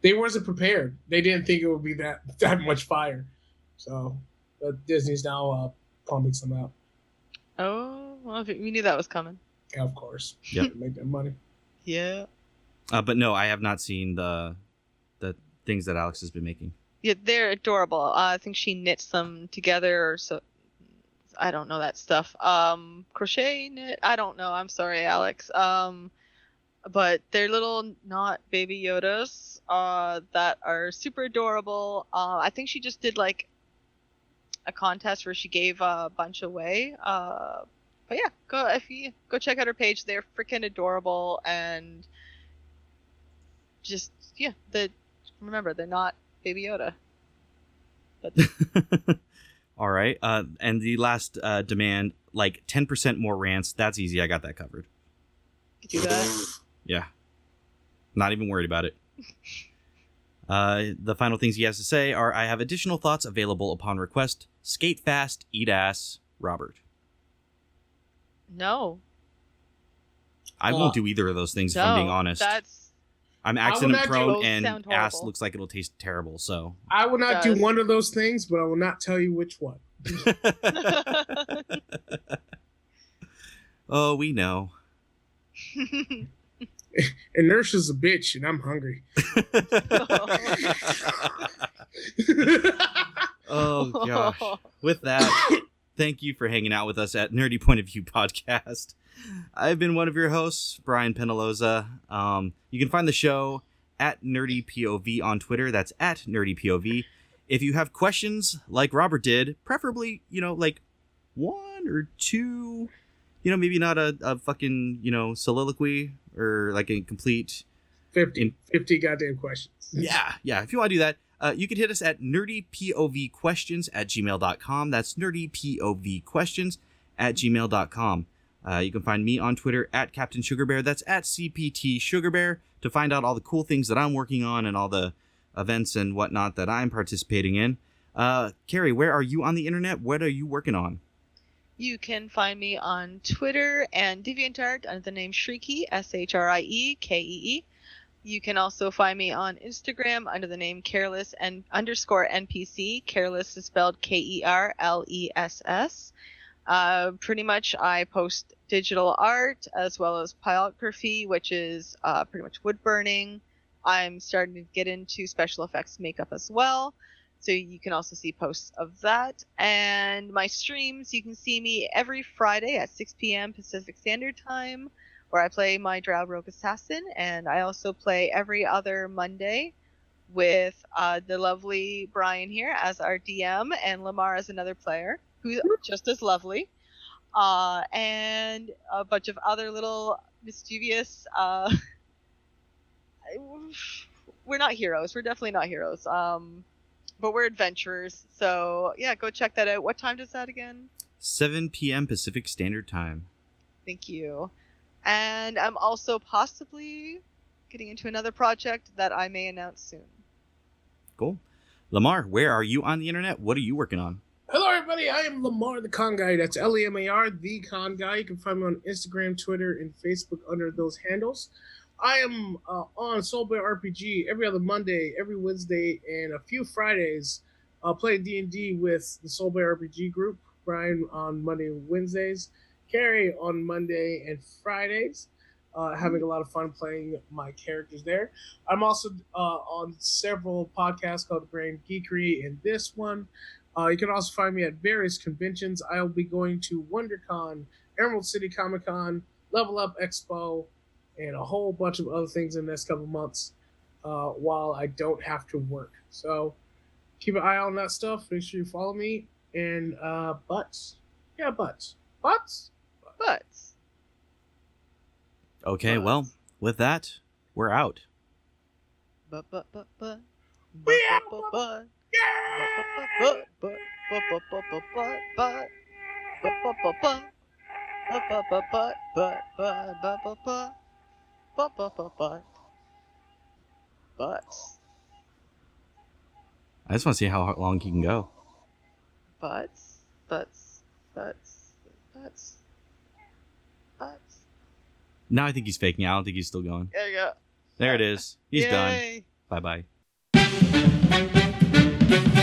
[SPEAKER 3] they wasn't prepared. They didn't think it would be that that much fire. So, but Disney's now uh, pumping some out.
[SPEAKER 2] oh well if- we knew that was coming.
[SPEAKER 3] Yeah, of course.
[SPEAKER 1] Yep.
[SPEAKER 3] make that money.
[SPEAKER 2] Yeah.
[SPEAKER 1] Uh, but no, I have not seen the the things that Alex has been making.
[SPEAKER 2] Yeah, they're adorable. Uh, I think she knits them together or so. I don't know that stuff. Um, crochet knit. I don't know. I'm sorry, Alex. Um, but they're little not baby Yodas. Uh, that are super adorable. Uh, I think she just did like a contest where she gave a bunch away. Uh, but yeah, go if you go check out her page. They're freaking adorable and just yeah. The remember they're not Baby Yoda.
[SPEAKER 1] All right. Uh, and the last uh, demand, like 10% more rants. That's easy. I got that covered.
[SPEAKER 2] You do that.
[SPEAKER 1] Yeah. Not even worried about it. Uh, the final things he has to say are I have additional thoughts available upon request. Skate fast, eat ass, Robert.
[SPEAKER 2] No.
[SPEAKER 1] I
[SPEAKER 3] Uh,
[SPEAKER 1] won't do either of those things
[SPEAKER 2] no.
[SPEAKER 1] if I'm being honest.
[SPEAKER 2] That's
[SPEAKER 1] I'm
[SPEAKER 3] will
[SPEAKER 1] accident
[SPEAKER 3] not do
[SPEAKER 1] prone
[SPEAKER 2] those
[SPEAKER 1] and
[SPEAKER 2] sound
[SPEAKER 1] ass
[SPEAKER 2] horrible.
[SPEAKER 1] looks like it'll taste terrible. So
[SPEAKER 3] I will not do
[SPEAKER 2] Does.
[SPEAKER 3] one of those things, but I will not tell you which one.
[SPEAKER 1] Oh, we know.
[SPEAKER 3] Inertia's a bitch, and I'm hungry.
[SPEAKER 1] oh gosh. With that, thank you for hanging out with us at Nerdy Point of View Podcast. I've been one of your hosts, Brian Penaloza. Um, you can find the show at Nerdy POV on Twitter. That's at Nerdy POV. If you have questions like Robert did, preferably, you know, like one or two, you know, maybe not a, a fucking, you know, soliloquy or like a complete
[SPEAKER 3] 50,
[SPEAKER 1] In-
[SPEAKER 3] 50 goddamn questions.
[SPEAKER 1] yeah, yeah. If you want to do that, uh, you can hit us at nerdypovquestions at gmail.com. That's nerdypovquestions at gmail.com. Uh, you can find me on Twitter at Captain Sugar Bear. That's at CPT Sugar Bear to find out all the cool things that I'm working on and all the events and whatnot that I'm participating in. Uh, Carrie, where are you on the internet? What are you working on?
[SPEAKER 2] you can find me on Twitter and DeviantArt under the name Shrieky, S H R I E K E E. You can also find me on Instagram under the name Careless and underscore NPC. Careless is spelled K E R L E S S. Uh, pretty much, I post digital art as well as pyrography, which is uh, pretty much wood burning. I'm starting to get into special effects makeup as well. So you can also see posts of that. And my streams, you can see me every Friday at 6 p.m. Pacific Standard Time, where I play my Drow Rogue Assassin. And I also play every other Monday with uh, the lovely Brian here as our DM and Lamar as another player, who's just as lovely. Uh, and a bunch of other little mischievous. Uh, we're not heroes. We're definitely not heroes. Um, but we're adventurers. So yeah, go check that out. What time does that again?
[SPEAKER 1] 7 p.m. Pacific Standard Time.
[SPEAKER 2] Thank you. And I'm also possibly getting into another project that I may announce soon.
[SPEAKER 1] Cool. Lamar, where are you on the internet? What are you working on?
[SPEAKER 3] Hello, everybody. I am Lamar the Con Guy. That's L E M A R, the Con Guy. You can find me on Instagram, Twitter, and Facebook under those handles. I am uh, on Soulbear RPG every other Monday, every Wednesday, and a few Fridays. Uh, playing D and D with the Soulbear RPG group. Brian on Monday and Wednesdays, Carrie on Monday and Fridays. Uh, having a lot of fun playing my characters there. I'm also uh, on several podcasts called Grand Geekery and this one. Uh, you can also find me at various conventions. I'll be going to WonderCon, Emerald City Comic Con, Level Up Expo, and a whole bunch of other things in the next couple months uh, while I don't have to work. So keep an eye on that stuff. Make sure you follow me. And uh, butts. Yeah, butts. Butts?
[SPEAKER 2] But Uh,
[SPEAKER 1] Okay, well, with that, we're out.
[SPEAKER 2] but but but but
[SPEAKER 3] We
[SPEAKER 2] but,
[SPEAKER 3] out,
[SPEAKER 2] but, but,
[SPEAKER 3] Yeah!
[SPEAKER 2] but, but, but, but, but, but, but, but, but, but, but, but. But, but, but, but, but, but, but, but, but. But, but, but, but. Butts.
[SPEAKER 1] I just want to see how long he can go.
[SPEAKER 2] Butts. Butts. Butts. Butts. Butts.
[SPEAKER 1] No, I think he's faking. I don't think he's still going.
[SPEAKER 2] There you go.
[SPEAKER 1] There it is. He's done.
[SPEAKER 2] Yay.
[SPEAKER 1] Bye bye.